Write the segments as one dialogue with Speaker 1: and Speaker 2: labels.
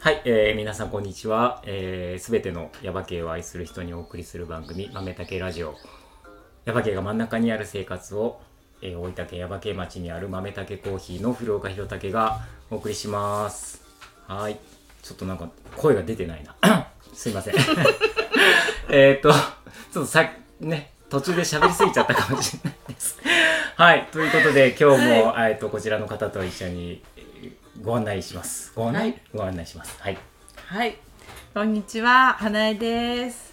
Speaker 1: はい、えー、皆さんこんにちは。す、えー、べ、てのヤバ系を愛する人にお送りする番組、豆竹ラジオ。ヤバ系が真ん中にある生活を、えー、大分県ヤバ系町にある豆竹コーヒーの古岡弘武がお送りします。はーい。ちょっとなんか声が出てないな。 すいません。 えっと、ちょっとさね、途中で喋りすぎちゃったかもしれないです。はい。ということで、今日も、えっと、こちらの方と一緒にえーご案内します。ご案内、
Speaker 2: はい
Speaker 1: ご案内します。はい。
Speaker 2: はい、こんにちは、花江です。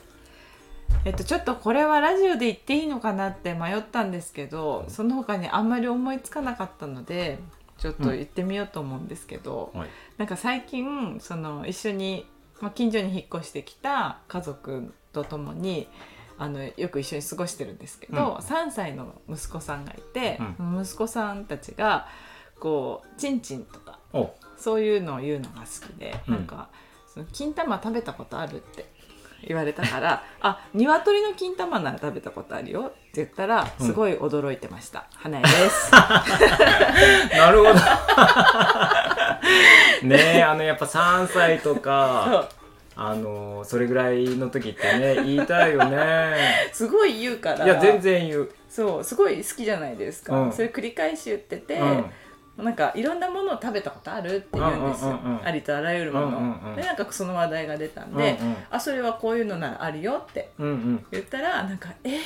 Speaker 2: えっと、ちょっとこれはラジオで言っていいのかなって迷ったんですけど、その他にあんまり思いつかなかったので。ちょっと言ってみようと思うんですけど、
Speaker 1: はい。
Speaker 2: なんか最近、その一緒に、まあ、近所に引っ越してきた家族とともに。あのよく一緒に過ごしてるんですけど、3歳の息子さんがいて、息子さんたちがこうチンチンとか
Speaker 1: お、
Speaker 2: そういうのを言うのが好きで、
Speaker 1: うん
Speaker 2: なんかその金玉食べたことあるって言われたから「あ鶏の金玉なら食べたことあるよ」って言ったら
Speaker 1: うん
Speaker 2: すごい驚いてました、花江 です。
Speaker 1: なるほど。 ねえ、あの、やっぱ3歳とか、あの、それぐらいの時ってね、言いたいよ ね。
Speaker 2: すごい言うから
Speaker 1: いや、全然言う。
Speaker 2: そうすごい好きじゃないですか、
Speaker 1: うん
Speaker 2: それ繰り返し言ってて、
Speaker 1: うん。
Speaker 2: なんかいろんなものを食べたことあるって言うんですよ、
Speaker 1: うんうんうんうん
Speaker 2: ありとあらゆるもの、
Speaker 1: うんうんうん
Speaker 2: でなんかその話題が出たんで、
Speaker 1: うんうん
Speaker 2: あそれはこういうのならあるよって
Speaker 1: うんうん。
Speaker 2: 言ったらなんか「えー、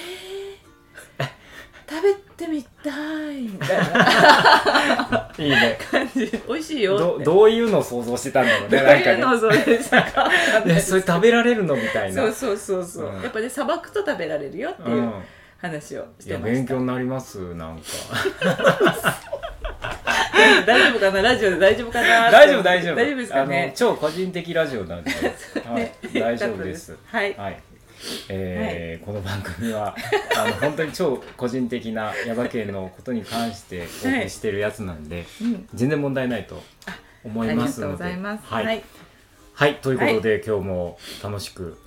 Speaker 2: 食べてみたい」みたいない
Speaker 1: いね。
Speaker 2: 感じで「美味しいよ」
Speaker 1: ど
Speaker 2: って
Speaker 1: どういうのを想像してたんだろう
Speaker 2: ど
Speaker 1: ね、
Speaker 2: う
Speaker 1: なん
Speaker 2: いう
Speaker 1: かね
Speaker 2: のそれですか
Speaker 1: いや。それ食べられるのみたいな。
Speaker 2: そうそうそうそう、
Speaker 1: うん
Speaker 2: やっぱね砂漠と食べられるよっ
Speaker 1: う。
Speaker 2: ていうん話を
Speaker 1: い
Speaker 2: して
Speaker 1: や、
Speaker 2: まし
Speaker 1: 勉
Speaker 2: た、
Speaker 1: 強になります、なんか。
Speaker 2: 大丈夫かなラジオで大丈夫かな
Speaker 1: 大丈夫、大丈夫。
Speaker 2: 大丈夫ですか
Speaker 1: あの
Speaker 2: ね
Speaker 1: 超個人的ラジオなんで。はい
Speaker 2: ね、
Speaker 1: 大丈夫です。
Speaker 2: はい
Speaker 1: はい。えーこの番組はあの本当に超個人的なヤバ系のことに関してお送りしてるやつなんで、
Speaker 2: うん
Speaker 1: 全然問題ないと思
Speaker 2: あ
Speaker 1: い
Speaker 2: り
Speaker 1: ま
Speaker 2: が
Speaker 1: す
Speaker 2: とう
Speaker 1: の
Speaker 2: ご
Speaker 1: で
Speaker 2: ざいます
Speaker 1: は、
Speaker 2: はいい、
Speaker 1: は
Speaker 2: はいい
Speaker 1: ということで、今日も楽しく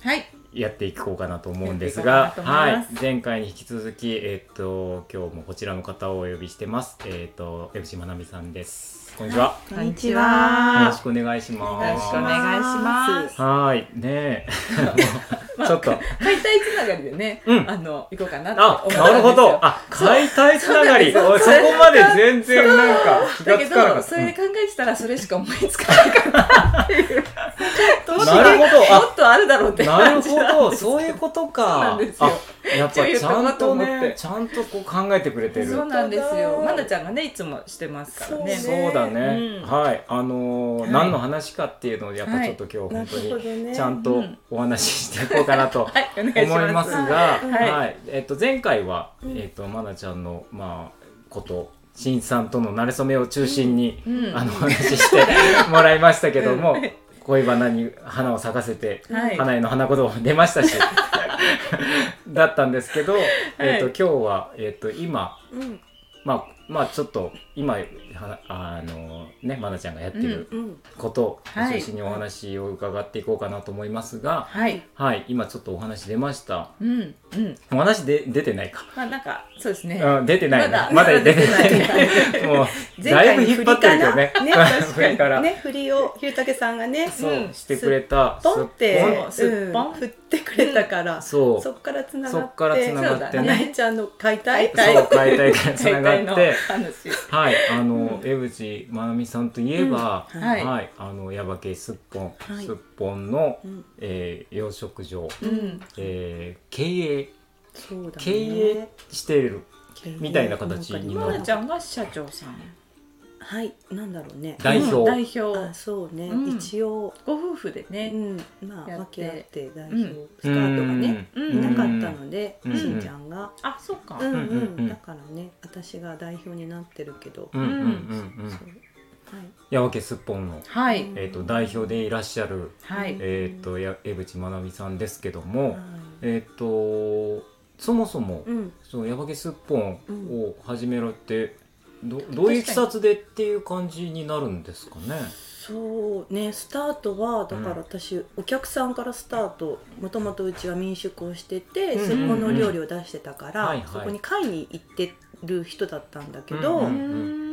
Speaker 1: やっていこうかなと思うんです
Speaker 2: やっ
Speaker 1: が
Speaker 2: ていこうかなと
Speaker 1: は
Speaker 2: 思い
Speaker 1: い
Speaker 2: ます、
Speaker 1: 前回に引き続き、えっと今日もこちらの方をお呼びしてます、えっと江口まなみさんですこんにちは、
Speaker 2: こんにちは
Speaker 1: よろしくお願いします
Speaker 2: よろしくお願いします
Speaker 1: はーいね えちょっと
Speaker 2: 解体つながりでね、
Speaker 1: うん
Speaker 2: あの行こうかなって思っ
Speaker 1: あ
Speaker 2: たん、ですよ
Speaker 1: なるほど。あ、解体つながり。
Speaker 2: そう
Speaker 1: おいそこまで全然なんか気
Speaker 2: だ
Speaker 1: が
Speaker 2: け
Speaker 1: つかなか
Speaker 2: ど
Speaker 1: っ
Speaker 2: そ
Speaker 1: た。
Speaker 2: れ
Speaker 1: な
Speaker 2: で
Speaker 1: る
Speaker 2: 考えてたらそれしか思いつかなか った
Speaker 1: ほ
Speaker 2: も
Speaker 1: ど
Speaker 2: っともっとあるだろうっ。て
Speaker 1: あ、なる
Speaker 2: 感じ
Speaker 1: ほ
Speaker 2: なん
Speaker 1: ど。
Speaker 2: です
Speaker 1: そういうことか。
Speaker 2: そうなんですよ
Speaker 1: あ、やっぱちゃんと
Speaker 2: 一応言うとこうと思っ
Speaker 1: ね
Speaker 2: て、
Speaker 1: ちゃんとこう考えてくれてる。
Speaker 2: そう
Speaker 1: そ
Speaker 2: なんですよまなちゃんがねいつもしてますからね
Speaker 3: そうね
Speaker 1: うだね。
Speaker 2: うん
Speaker 1: はい。あの
Speaker 2: は
Speaker 1: ー、
Speaker 2: い
Speaker 1: 何の話かっていうのをやっぱちょっと今日本
Speaker 3: なるほ
Speaker 1: 当
Speaker 3: ど
Speaker 1: に
Speaker 3: ね
Speaker 1: ちゃんとお話ししていこうかなと
Speaker 2: はい お願いし
Speaker 1: 思
Speaker 2: ます
Speaker 1: いますが、
Speaker 2: はい
Speaker 1: はい、えっと前回は、
Speaker 3: ん
Speaker 1: えっとまなちゃんのまあこと。しんさんとの馴れ初めを中心に、
Speaker 2: うん
Speaker 1: あのお話ししてもらいましたけども、
Speaker 2: うん
Speaker 1: 恋バナに花を咲かせて、
Speaker 2: はい
Speaker 1: 花への花言葉も出ま したしだったんですけど、えっと今日は、えっと今
Speaker 3: うん
Speaker 1: まあまあちょっと今はあのねまなちゃんがやってる
Speaker 3: うん
Speaker 1: ことを
Speaker 2: はい
Speaker 1: 中心にお話を伺っていこうかなと思いますが、
Speaker 2: はい
Speaker 1: はい、今ちょっとお話出ました。
Speaker 2: うんうん
Speaker 1: お話で出てないか。
Speaker 2: まあなんかそうですね
Speaker 1: うん、出てないね。ま
Speaker 2: ま
Speaker 1: だ
Speaker 2: だ
Speaker 1: 出てない
Speaker 2: まだ出
Speaker 1: ね。もう、
Speaker 2: 前回
Speaker 1: だいぶ引っ張ってるけどね。
Speaker 3: ねね
Speaker 1: これから。
Speaker 3: ね振りをひるたけさんがね
Speaker 1: そうう、
Speaker 2: ん
Speaker 1: してくれた。
Speaker 3: ポンっ
Speaker 1: すっ
Speaker 3: て
Speaker 1: ぽん
Speaker 2: すっぽん
Speaker 3: う
Speaker 2: す
Speaker 3: ん
Speaker 2: っぽん
Speaker 3: 振ってくれたからそ
Speaker 1: そう。そ
Speaker 3: っからつながって
Speaker 1: そっからつながって
Speaker 2: そう
Speaker 3: な
Speaker 2: だ
Speaker 1: ね。
Speaker 3: えちゃんの解体
Speaker 2: 解体
Speaker 1: そう、解体からつながって。
Speaker 2: 解体の話
Speaker 1: はい、あの、江口まなみさんといえば、
Speaker 3: うん
Speaker 2: はい
Speaker 1: はい、あの、矢場系すっぽん
Speaker 3: は、い
Speaker 1: すっぽんの
Speaker 3: う、ん
Speaker 1: えー養殖場、
Speaker 2: うん
Speaker 1: えー経営、
Speaker 3: そうだね
Speaker 1: 経営している
Speaker 3: 経営
Speaker 1: みたいな形に
Speaker 2: ま
Speaker 1: な
Speaker 2: な
Speaker 1: る
Speaker 2: ちゃんが社長さん
Speaker 3: はいなんだろうね
Speaker 1: 代
Speaker 2: うん
Speaker 1: 表。
Speaker 2: 代表
Speaker 3: あそうね
Speaker 2: うん
Speaker 3: 一応
Speaker 2: ご夫婦で
Speaker 3: う
Speaker 2: ね
Speaker 3: んまあ
Speaker 2: やって
Speaker 3: 分け合って代表スカートがね
Speaker 1: う
Speaker 2: うん
Speaker 3: いなかったので
Speaker 1: うん
Speaker 3: しんちゃんが
Speaker 2: あそうか
Speaker 3: う
Speaker 1: う
Speaker 3: ん
Speaker 1: んうんう
Speaker 3: うんんだからね私が代表になってるけど
Speaker 1: うんうんうんうん
Speaker 3: そうはい
Speaker 1: 矢分けすっぽんの、
Speaker 2: はい
Speaker 3: うん
Speaker 1: えー、と代表でいらっしゃる、
Speaker 2: はい
Speaker 1: えー、とや江口まなみさんですけども、
Speaker 3: はい
Speaker 1: えー、とそもそも、
Speaker 3: うん
Speaker 1: その矢分けすっぽんを始められて、どどういういきさつでっていう感じになるんですかね。
Speaker 3: そうねスタートはだから
Speaker 1: うん
Speaker 3: 私、お客さんからスタートもともとうちは民宿をしてて
Speaker 1: うん
Speaker 3: すっぽんの料理を出してたか
Speaker 1: はいは
Speaker 3: ら
Speaker 1: い
Speaker 3: そこに買いに行ってる人だったけど、
Speaker 1: うん
Speaker 2: うん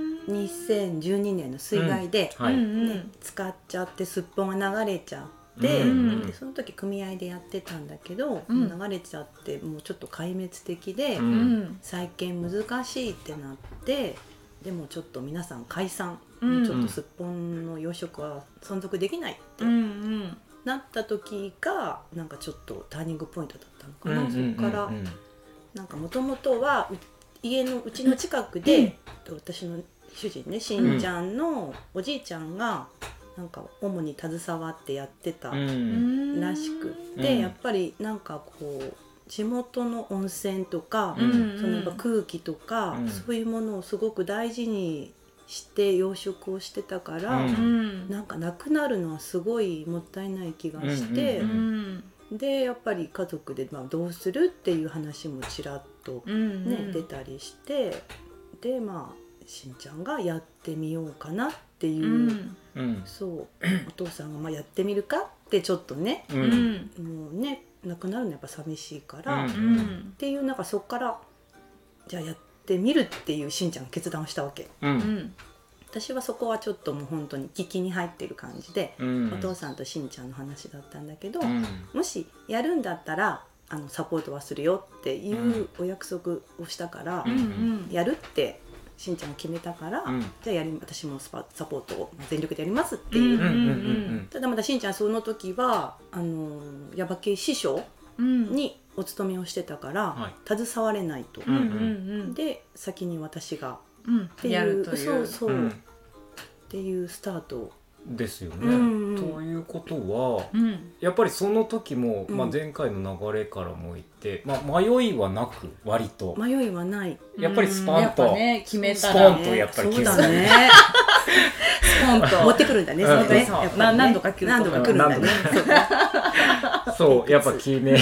Speaker 3: 2012年の水害で、
Speaker 1: はい、
Speaker 2: う
Speaker 1: うん
Speaker 2: んうん
Speaker 3: ね、使っちゃってすっぽんが流れちゃって、
Speaker 1: うん
Speaker 3: でその時組合でやってたんだけど、
Speaker 2: うん
Speaker 3: 流れちゃってもうちょっと壊滅的で、
Speaker 1: うん
Speaker 3: 再建難しいってなってでもちょっと皆さん解散、
Speaker 2: うん
Speaker 3: ちょっとすっぽんの養殖は存続できないって
Speaker 2: うんうん
Speaker 3: なった時がなんかちょっとターニングポイントだったのか
Speaker 1: うん
Speaker 3: な、
Speaker 1: うん
Speaker 3: そこから、
Speaker 1: うん
Speaker 3: なんかもともとはう家のうちの近くで、えっと私の主人ねしんちゃんのおじいちゃんがなんか主に携わってやってた
Speaker 1: うんう
Speaker 2: うんん
Speaker 3: らしくって、
Speaker 1: うん
Speaker 3: やっぱりなんかこう地元の温泉とか、
Speaker 1: うん
Speaker 3: そのやっぱ空気とか、
Speaker 1: うん
Speaker 3: そういうものをすごく大事にして養殖をしてたから、
Speaker 1: うん
Speaker 2: うん
Speaker 3: なんかなくなるのはすごいもったいない気がして、
Speaker 1: うん
Speaker 3: でやっぱり家族で、まあ、どうするっていう話もちらっと、
Speaker 2: うん
Speaker 3: ね出たりしてでまあしんちゃんがやってみようかなっていうう、
Speaker 2: ん
Speaker 1: うん
Speaker 3: そうお父さんが、まあ、やってみるかってちょっとね
Speaker 1: う
Speaker 2: うん
Speaker 1: うん
Speaker 2: ん
Speaker 3: もうねなくなるのやっぱ寂しいから、
Speaker 1: うん
Speaker 3: っ
Speaker 2: うん
Speaker 3: ていうなんかそっからじゃあやってみるっていうしんちゃんが決断をしたわけ
Speaker 2: うん
Speaker 3: 私はそこはちょっともう本当に聞きに入ってる感じで、
Speaker 1: うん
Speaker 3: お父さんとしんちゃんの話だったんだけど、
Speaker 1: うん
Speaker 3: もしやるんだったらあのサポートはするよっていうお約束をしたから、
Speaker 2: うんうん
Speaker 3: やるってしんちゃんが決めたから、
Speaker 1: うん
Speaker 3: じゃあやり私もスパサポートを全力でやりますって
Speaker 2: う
Speaker 3: いう、
Speaker 1: う
Speaker 2: ん
Speaker 1: んうんうん
Speaker 3: ただまだしんちゃんその時はあのーヤバ系師匠
Speaker 2: うん
Speaker 3: にお勤めをしてたから、
Speaker 1: は
Speaker 3: 携われないと、
Speaker 2: うんうん
Speaker 3: で先に私が
Speaker 2: うん
Speaker 3: っ
Speaker 2: う
Speaker 3: て
Speaker 2: ん
Speaker 3: いう
Speaker 2: やるとい
Speaker 3: そう
Speaker 2: う
Speaker 3: そう、
Speaker 1: うん
Speaker 3: っていうスタートを
Speaker 1: ですよね、
Speaker 3: うんうん
Speaker 1: ということは
Speaker 2: うん
Speaker 1: やっぱりその時も、
Speaker 3: うん
Speaker 1: まあ、前回の流れからも言って、まあ、迷いはなく割と
Speaker 3: 迷いはない
Speaker 1: やっぱりスパ
Speaker 2: や
Speaker 1: ン
Speaker 2: っ
Speaker 1: と、
Speaker 2: ぱね決めた
Speaker 1: スポ
Speaker 2: ら
Speaker 1: ンとやっぱり
Speaker 3: そう
Speaker 1: 決
Speaker 3: だ
Speaker 1: 済
Speaker 3: ね
Speaker 2: ポンと
Speaker 3: 持ってくるんだね
Speaker 1: うん
Speaker 3: そうね
Speaker 2: そう
Speaker 3: やっぱりね
Speaker 2: な何度か来る
Speaker 3: 何度か来るんだね
Speaker 1: そうやっぱ決め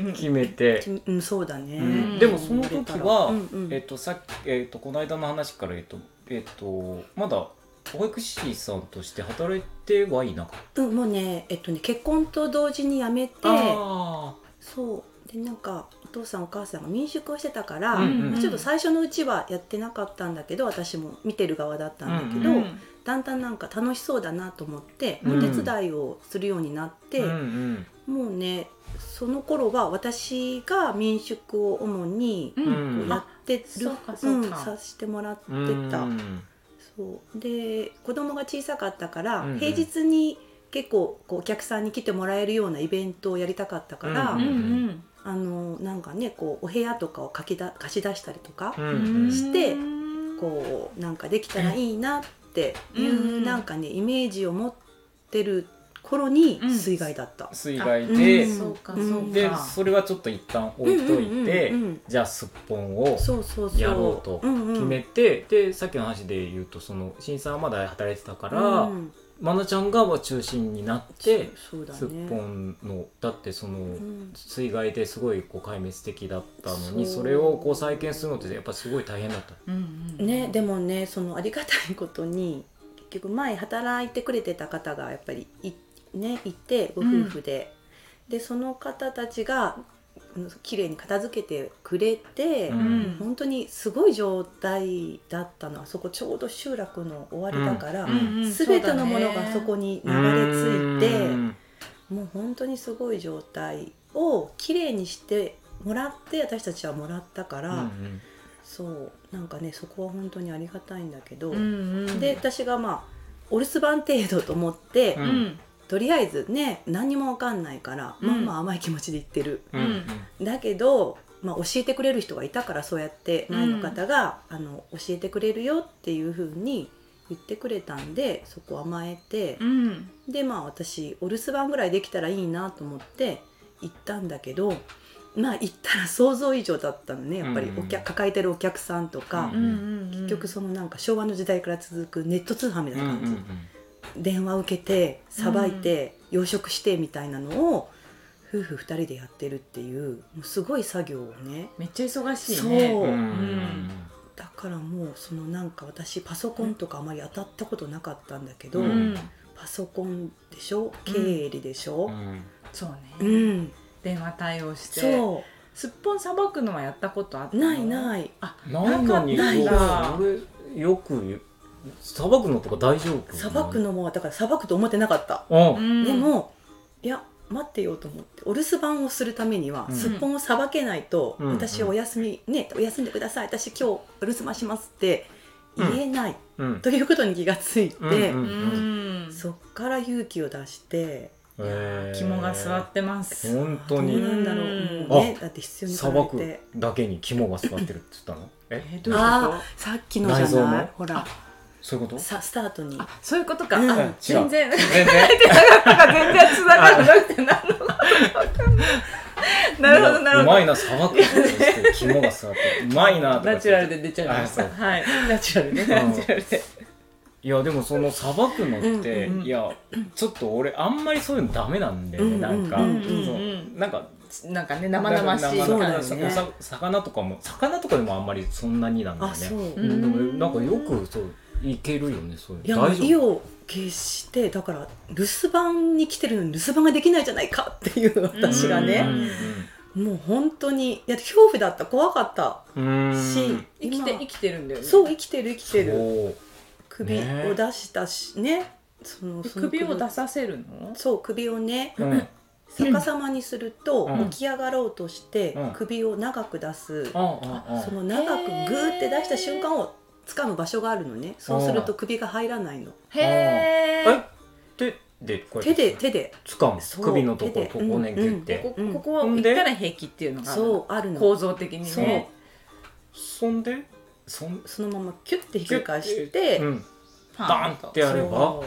Speaker 2: うん
Speaker 1: 決めて、
Speaker 3: そううんそうだね、
Speaker 1: うん
Speaker 2: ん
Speaker 1: でもその時は、
Speaker 3: うんうん
Speaker 1: えっとさっき、えっとこの間の話からえっとえっとまだ保育士さんとして働いてはいなかっ
Speaker 3: うん、もうねえっとね結婚と同時に辞めて
Speaker 1: たあ
Speaker 3: そうでなんかお父さんお母さんが民宿をしてたから、
Speaker 1: うんうん
Speaker 3: まあちょっと最初のうちはやってなかったんだけど私も見てる側だったんだけど、
Speaker 1: うん
Speaker 3: だんだんなんか楽しそうだなと思って、
Speaker 1: うん
Speaker 3: お手伝いをするようになって、
Speaker 1: ーうんうん
Speaker 3: もうねその頃は私が民宿を主に
Speaker 2: うん
Speaker 1: うん
Speaker 3: こうやってる、
Speaker 2: そうかそうか
Speaker 3: させてもらってた、
Speaker 1: うん
Speaker 3: そうで子供が小さかったから、
Speaker 1: うんうん
Speaker 3: 平日に結構こうお客さんに来てもらえるようなイベントをやりたかったから、
Speaker 1: うん
Speaker 2: うん
Speaker 3: あのなんかねこうお部屋とかを書きだ貸し出したりとか
Speaker 1: う、
Speaker 2: うん
Speaker 1: うんん
Speaker 3: して
Speaker 2: うん
Speaker 3: こうなんかできたらいいなっていう、
Speaker 2: うん
Speaker 3: なんかねイメージを持ってる頃に
Speaker 2: うん
Speaker 3: 水害だった。
Speaker 1: 水害
Speaker 3: うん
Speaker 1: で、
Speaker 3: うん
Speaker 2: そうかそうか
Speaker 1: でそれはちょっと一旦置いといて、
Speaker 3: うんうんうんうん
Speaker 1: じゃあすっぽんを
Speaker 3: そうそうそう
Speaker 1: やろうと
Speaker 3: んうん
Speaker 1: 決めて、でさっきの話で言うとその新さんはまだ働いてたから、
Speaker 3: うん
Speaker 1: まなちゃんが中心になって、
Speaker 3: そうだね
Speaker 1: すっぽんのだってその、
Speaker 3: うん
Speaker 1: 水害ですごいこう壊滅的だったのに
Speaker 3: そう
Speaker 1: それをこう再建するのってやっぱすごい大変だった。
Speaker 2: うんうん
Speaker 3: ね、でもねそのありがたいことに結局前働いてくれてた方がやっぱりい,、ね、いてご夫婦で、でその方たちがうん綺麗に片付けてくれて、
Speaker 1: う
Speaker 2: うん
Speaker 3: 本当にすごい状態だったのあそこちょうど集落の終わりだから、
Speaker 1: うん
Speaker 3: 全てのものがそこ
Speaker 2: に
Speaker 3: に流れ着いて、
Speaker 1: うん
Speaker 3: もう本当にすごい状態を綺麗にしてもらって私たちはもらったから。
Speaker 1: うん
Speaker 3: そうなんかねそこは本当にありがたいんだけど、で
Speaker 2: で
Speaker 3: 私がまあお留守番程度と思って、
Speaker 1: う
Speaker 2: うんん
Speaker 3: とりあえずね何にも分かんないから、
Speaker 2: うん
Speaker 3: まあまあ甘い気持ちで言ってる
Speaker 1: うんうん
Speaker 3: だけど、まあ、教えてくれる人がいたからそうやって前の方が、あの教えてくれるよっていう風に言ってくれたんでそこ甘えて
Speaker 2: う、ん
Speaker 3: でまあ私お留守番ぐらいできたらいいなと思って行ったんだけどまあ行ったら想像以上だったのねやっぱりお
Speaker 1: うん
Speaker 3: 客抱えてるお客さんとか。
Speaker 1: うん
Speaker 2: 結
Speaker 3: 結局そのなんか昭和の時代から続くネット通販みたいな
Speaker 1: うん
Speaker 3: 感じ、電話受けてさばいて養殖してみたいなのを夫婦2人でやってるっていうもうすごい作業をね
Speaker 2: めっちゃ忙しいね
Speaker 3: そう
Speaker 1: うん
Speaker 3: だからもうそのなんか私パソコンとかあまり当たったことなかったんだけど、
Speaker 1: うん
Speaker 3: パソコンでしょ経理でしょ
Speaker 1: うん
Speaker 2: そう
Speaker 3: うん、
Speaker 2: ね電話対応して
Speaker 3: そ
Speaker 2: すっぽんさばくのはやったことあった
Speaker 3: う
Speaker 2: の
Speaker 3: ないない
Speaker 1: ないのに
Speaker 2: なかった
Speaker 1: そう俺よくさばくのとか大丈夫
Speaker 3: さばくのもだからさばくと思ってなかった、
Speaker 1: うん
Speaker 3: でもいや待ってようと思ってお留守番をするためには、
Speaker 1: うん
Speaker 3: すっぽんをさばけないと、
Speaker 1: うん
Speaker 3: 私お休みねお休んでください私今日お留守番しますって言えない、
Speaker 1: うん
Speaker 3: ということに気がついて、
Speaker 1: うんうん
Speaker 2: うん
Speaker 3: そっから勇気を出して
Speaker 2: いやー肝が据わってます
Speaker 1: 本当に
Speaker 3: どうなんだろうもうねだって必要に
Speaker 1: さ
Speaker 3: さ
Speaker 1: ば
Speaker 3: れ
Speaker 1: く
Speaker 3: て
Speaker 1: だけに肝が座ってるって言ったのえ
Speaker 2: えどういうこと
Speaker 3: あーさっきのじゃ
Speaker 1: 内臓
Speaker 3: な
Speaker 1: も
Speaker 3: いほら
Speaker 1: そういうこと
Speaker 3: さスタートに
Speaker 2: あそういうことか、
Speaker 3: うん
Speaker 2: あ
Speaker 3: うん
Speaker 1: 違う
Speaker 2: 全然
Speaker 1: 全然
Speaker 2: なんか全然繋がらなくて何のことか分かんないなるほどなるほ
Speaker 1: う
Speaker 2: ど
Speaker 1: まいなさばくって肝が座ってるうまいなとか
Speaker 2: ナチュラルで出ちゃいました
Speaker 1: あそう
Speaker 2: はいナチュラルで
Speaker 1: うん
Speaker 2: ナチュラルで
Speaker 1: いやでもそのさばくのって、
Speaker 3: うんうんうん
Speaker 1: いやちょっと俺あんまりそういうのダメなんだよね、
Speaker 3: うんうんうん
Speaker 1: なんか、
Speaker 3: う
Speaker 1: そ
Speaker 3: んうん
Speaker 1: うなんか
Speaker 2: なんかね生々しい
Speaker 1: なんか
Speaker 3: そうだ
Speaker 2: 感
Speaker 3: よね
Speaker 2: じ
Speaker 1: 生々しいおさ魚とかも魚とかでもあんまりそんなになんだよ
Speaker 3: あ
Speaker 1: ね
Speaker 3: そう、
Speaker 2: うん
Speaker 1: でもなんかよくそういけるよねそういう
Speaker 3: いや
Speaker 1: の
Speaker 3: もう
Speaker 1: 大
Speaker 3: 意
Speaker 1: 丈夫
Speaker 3: を決してだから留守番に来てるのに留守番ができないじゃないかっていう私が
Speaker 1: うん
Speaker 3: ね、もう本当にいや恐怖だった怖かった
Speaker 1: うんうんうん
Speaker 3: し、
Speaker 2: 生きて生
Speaker 3: 今
Speaker 2: きてるんだよね
Speaker 3: そう生きてる生きてる
Speaker 1: そう
Speaker 3: 首
Speaker 1: ね
Speaker 3: を出したしねそのその
Speaker 2: 首を出させるの
Speaker 3: そう首をね
Speaker 1: うんあ
Speaker 3: 逆さまにすると、
Speaker 1: うん
Speaker 3: 起き上がろうとして、
Speaker 1: うん
Speaker 3: 首を長く出す、
Speaker 1: ああ
Speaker 3: その長くグーって出した瞬間を掴む場所があるのねそうする
Speaker 1: う
Speaker 3: と首が入らないの
Speaker 2: へえ
Speaker 1: え手でこうや
Speaker 3: 手
Speaker 1: って
Speaker 3: で手で
Speaker 1: 掴む
Speaker 3: そう
Speaker 1: 首のとこ
Speaker 3: 手
Speaker 1: ろ
Speaker 3: で
Speaker 1: ここをね
Speaker 3: うん
Speaker 1: ギュっ
Speaker 2: こ
Speaker 1: て、
Speaker 2: こ
Speaker 3: うん
Speaker 2: ここは行ったら平気っていうのがある
Speaker 3: そうあるの
Speaker 2: 構造的に
Speaker 3: そう
Speaker 2: ね
Speaker 1: そんでそん
Speaker 3: そのままキュッてひっくり返して、
Speaker 1: うん、
Speaker 2: パ
Speaker 1: バンってやれば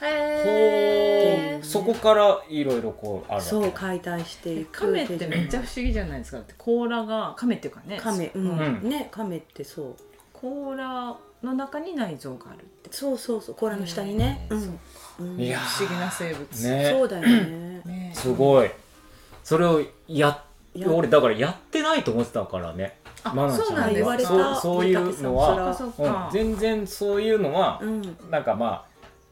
Speaker 2: へ
Speaker 3: ー
Speaker 1: そこからいろいろこうあるわけ
Speaker 3: そうそう
Speaker 1: か
Speaker 3: 解体していく
Speaker 2: カメってめっちゃ不思議じゃないですかだって甲羅がカメっていうかね
Speaker 3: カメ、う
Speaker 2: うんん
Speaker 1: うん
Speaker 3: ねカメってそう
Speaker 2: 甲羅の中に内臓があるって
Speaker 3: そうそうそう甲羅の下にね、
Speaker 1: う
Speaker 3: うんんうん
Speaker 1: いや
Speaker 2: 不思議な生物
Speaker 1: ね
Speaker 3: そうだよね
Speaker 2: ね
Speaker 1: すごいそれをやっ
Speaker 3: いや
Speaker 1: 俺だからやってないと思ってたからね
Speaker 2: あ
Speaker 1: マナちゃん
Speaker 2: そう
Speaker 1: は
Speaker 2: なん
Speaker 3: 言
Speaker 2: で
Speaker 3: われ
Speaker 2: す
Speaker 3: た
Speaker 1: そう
Speaker 2: か
Speaker 1: そういうのは
Speaker 3: 三
Speaker 2: あ
Speaker 3: 宅さ
Speaker 2: そ
Speaker 3: ん
Speaker 2: っ
Speaker 1: うん
Speaker 2: か
Speaker 1: 全然そういうのは
Speaker 3: そ、れはうん
Speaker 1: なんかまあ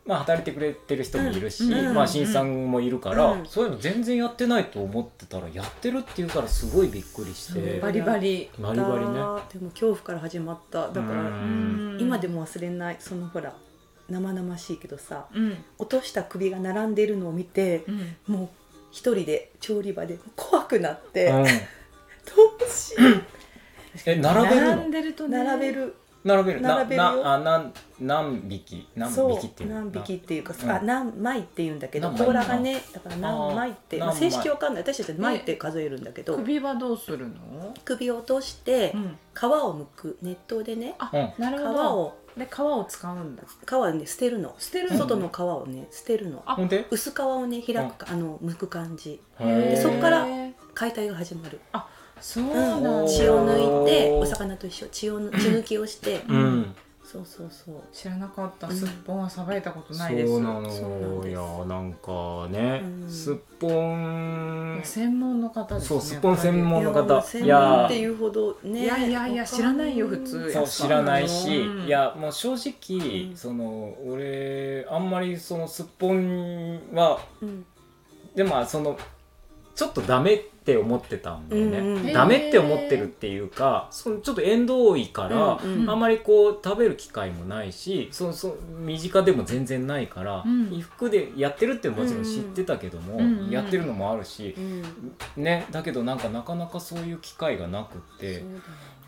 Speaker 1: まあ働いてくれてる人もいるし、
Speaker 3: うん
Speaker 1: まあ新さんもいるから、
Speaker 3: うん
Speaker 1: そういうの全然やってないと思ってたらやってるっていうからすごいびっくりして
Speaker 2: バリバリ
Speaker 1: バリバリね
Speaker 3: でも恐怖から始まっただか
Speaker 1: う
Speaker 3: ら
Speaker 1: ん
Speaker 3: 今で
Speaker 2: も
Speaker 3: も忘れないそのほら生々しいけどさ
Speaker 2: うん
Speaker 3: 落とした首が並んでいるのを見て
Speaker 2: うん
Speaker 3: もう一人で調理場で怖くなって、
Speaker 1: う
Speaker 3: ど
Speaker 1: ん
Speaker 3: うしよう
Speaker 1: え並べる
Speaker 2: 並
Speaker 1: の
Speaker 2: んでるとね
Speaker 3: 並べる
Speaker 1: 並べるな
Speaker 3: 並べるよ
Speaker 1: なあなん何匹何
Speaker 3: そう
Speaker 1: 匹っていう
Speaker 3: 何匹っていうか、
Speaker 1: うん
Speaker 3: あ何枚っていうんだけど
Speaker 1: 何枚
Speaker 3: 甲羅がねだから
Speaker 1: あー
Speaker 3: 何枚って、まあ、
Speaker 1: 何枚
Speaker 3: 正式わかんない私たちは枚って数えるんだけど
Speaker 2: 首はどうするの
Speaker 3: 首を落として
Speaker 2: うん
Speaker 3: 皮を剥く熱湯でね
Speaker 2: あ
Speaker 1: うん
Speaker 2: な
Speaker 3: 皮
Speaker 2: るほど
Speaker 3: を
Speaker 2: で皮を使うんだ
Speaker 3: 皮をね捨てるの
Speaker 2: 捨てる
Speaker 1: うん
Speaker 2: の
Speaker 3: 外の皮をね捨てるの
Speaker 2: あ
Speaker 1: ほんで
Speaker 3: 薄皮をね開くか、あの剥く感じ
Speaker 1: へー
Speaker 3: そっから解体が始まる、
Speaker 2: そうな
Speaker 3: うん
Speaker 2: だ、
Speaker 3: ん、
Speaker 1: おー
Speaker 3: 血を抜いてお魚と一緒血をぬ血抜きをして、
Speaker 1: う
Speaker 2: うんん
Speaker 3: そうそうそう
Speaker 2: 知らなかった
Speaker 3: うん
Speaker 2: すっぽんはさばいたこと
Speaker 1: そ
Speaker 2: ないです
Speaker 1: うな
Speaker 3: そうなん
Speaker 1: の
Speaker 3: です
Speaker 1: いやなんかね
Speaker 3: うん
Speaker 1: すっぽん
Speaker 2: 専門の方ですね
Speaker 1: そうすっぽん専
Speaker 2: やっ
Speaker 1: 門の方
Speaker 3: 専
Speaker 1: いや
Speaker 3: 門
Speaker 1: ー
Speaker 3: っていうほど
Speaker 2: ぱ
Speaker 3: ね
Speaker 2: りいやいやいや知らないよ普通
Speaker 1: そう知らないし、
Speaker 2: うん
Speaker 1: いやもう正直、
Speaker 3: うん
Speaker 1: その俺あんまりそのすっぽんは
Speaker 3: うん
Speaker 1: でもそのちょっとダメって思ってたんだよね、
Speaker 3: うんうん
Speaker 1: ダメって思ってるっていうかそのちょっと縁遠いから、
Speaker 3: うんうん
Speaker 1: あんまりこう食べる機会もないしそのその身近でも全然ないから、
Speaker 2: うん
Speaker 1: 衣服でやってるってもちろん知ってたけども、
Speaker 2: うんうんうん
Speaker 1: やってるのもあるし
Speaker 3: う、ん
Speaker 1: ねだけどなんかなかなかそういう機会がなくって。
Speaker 3: そうだね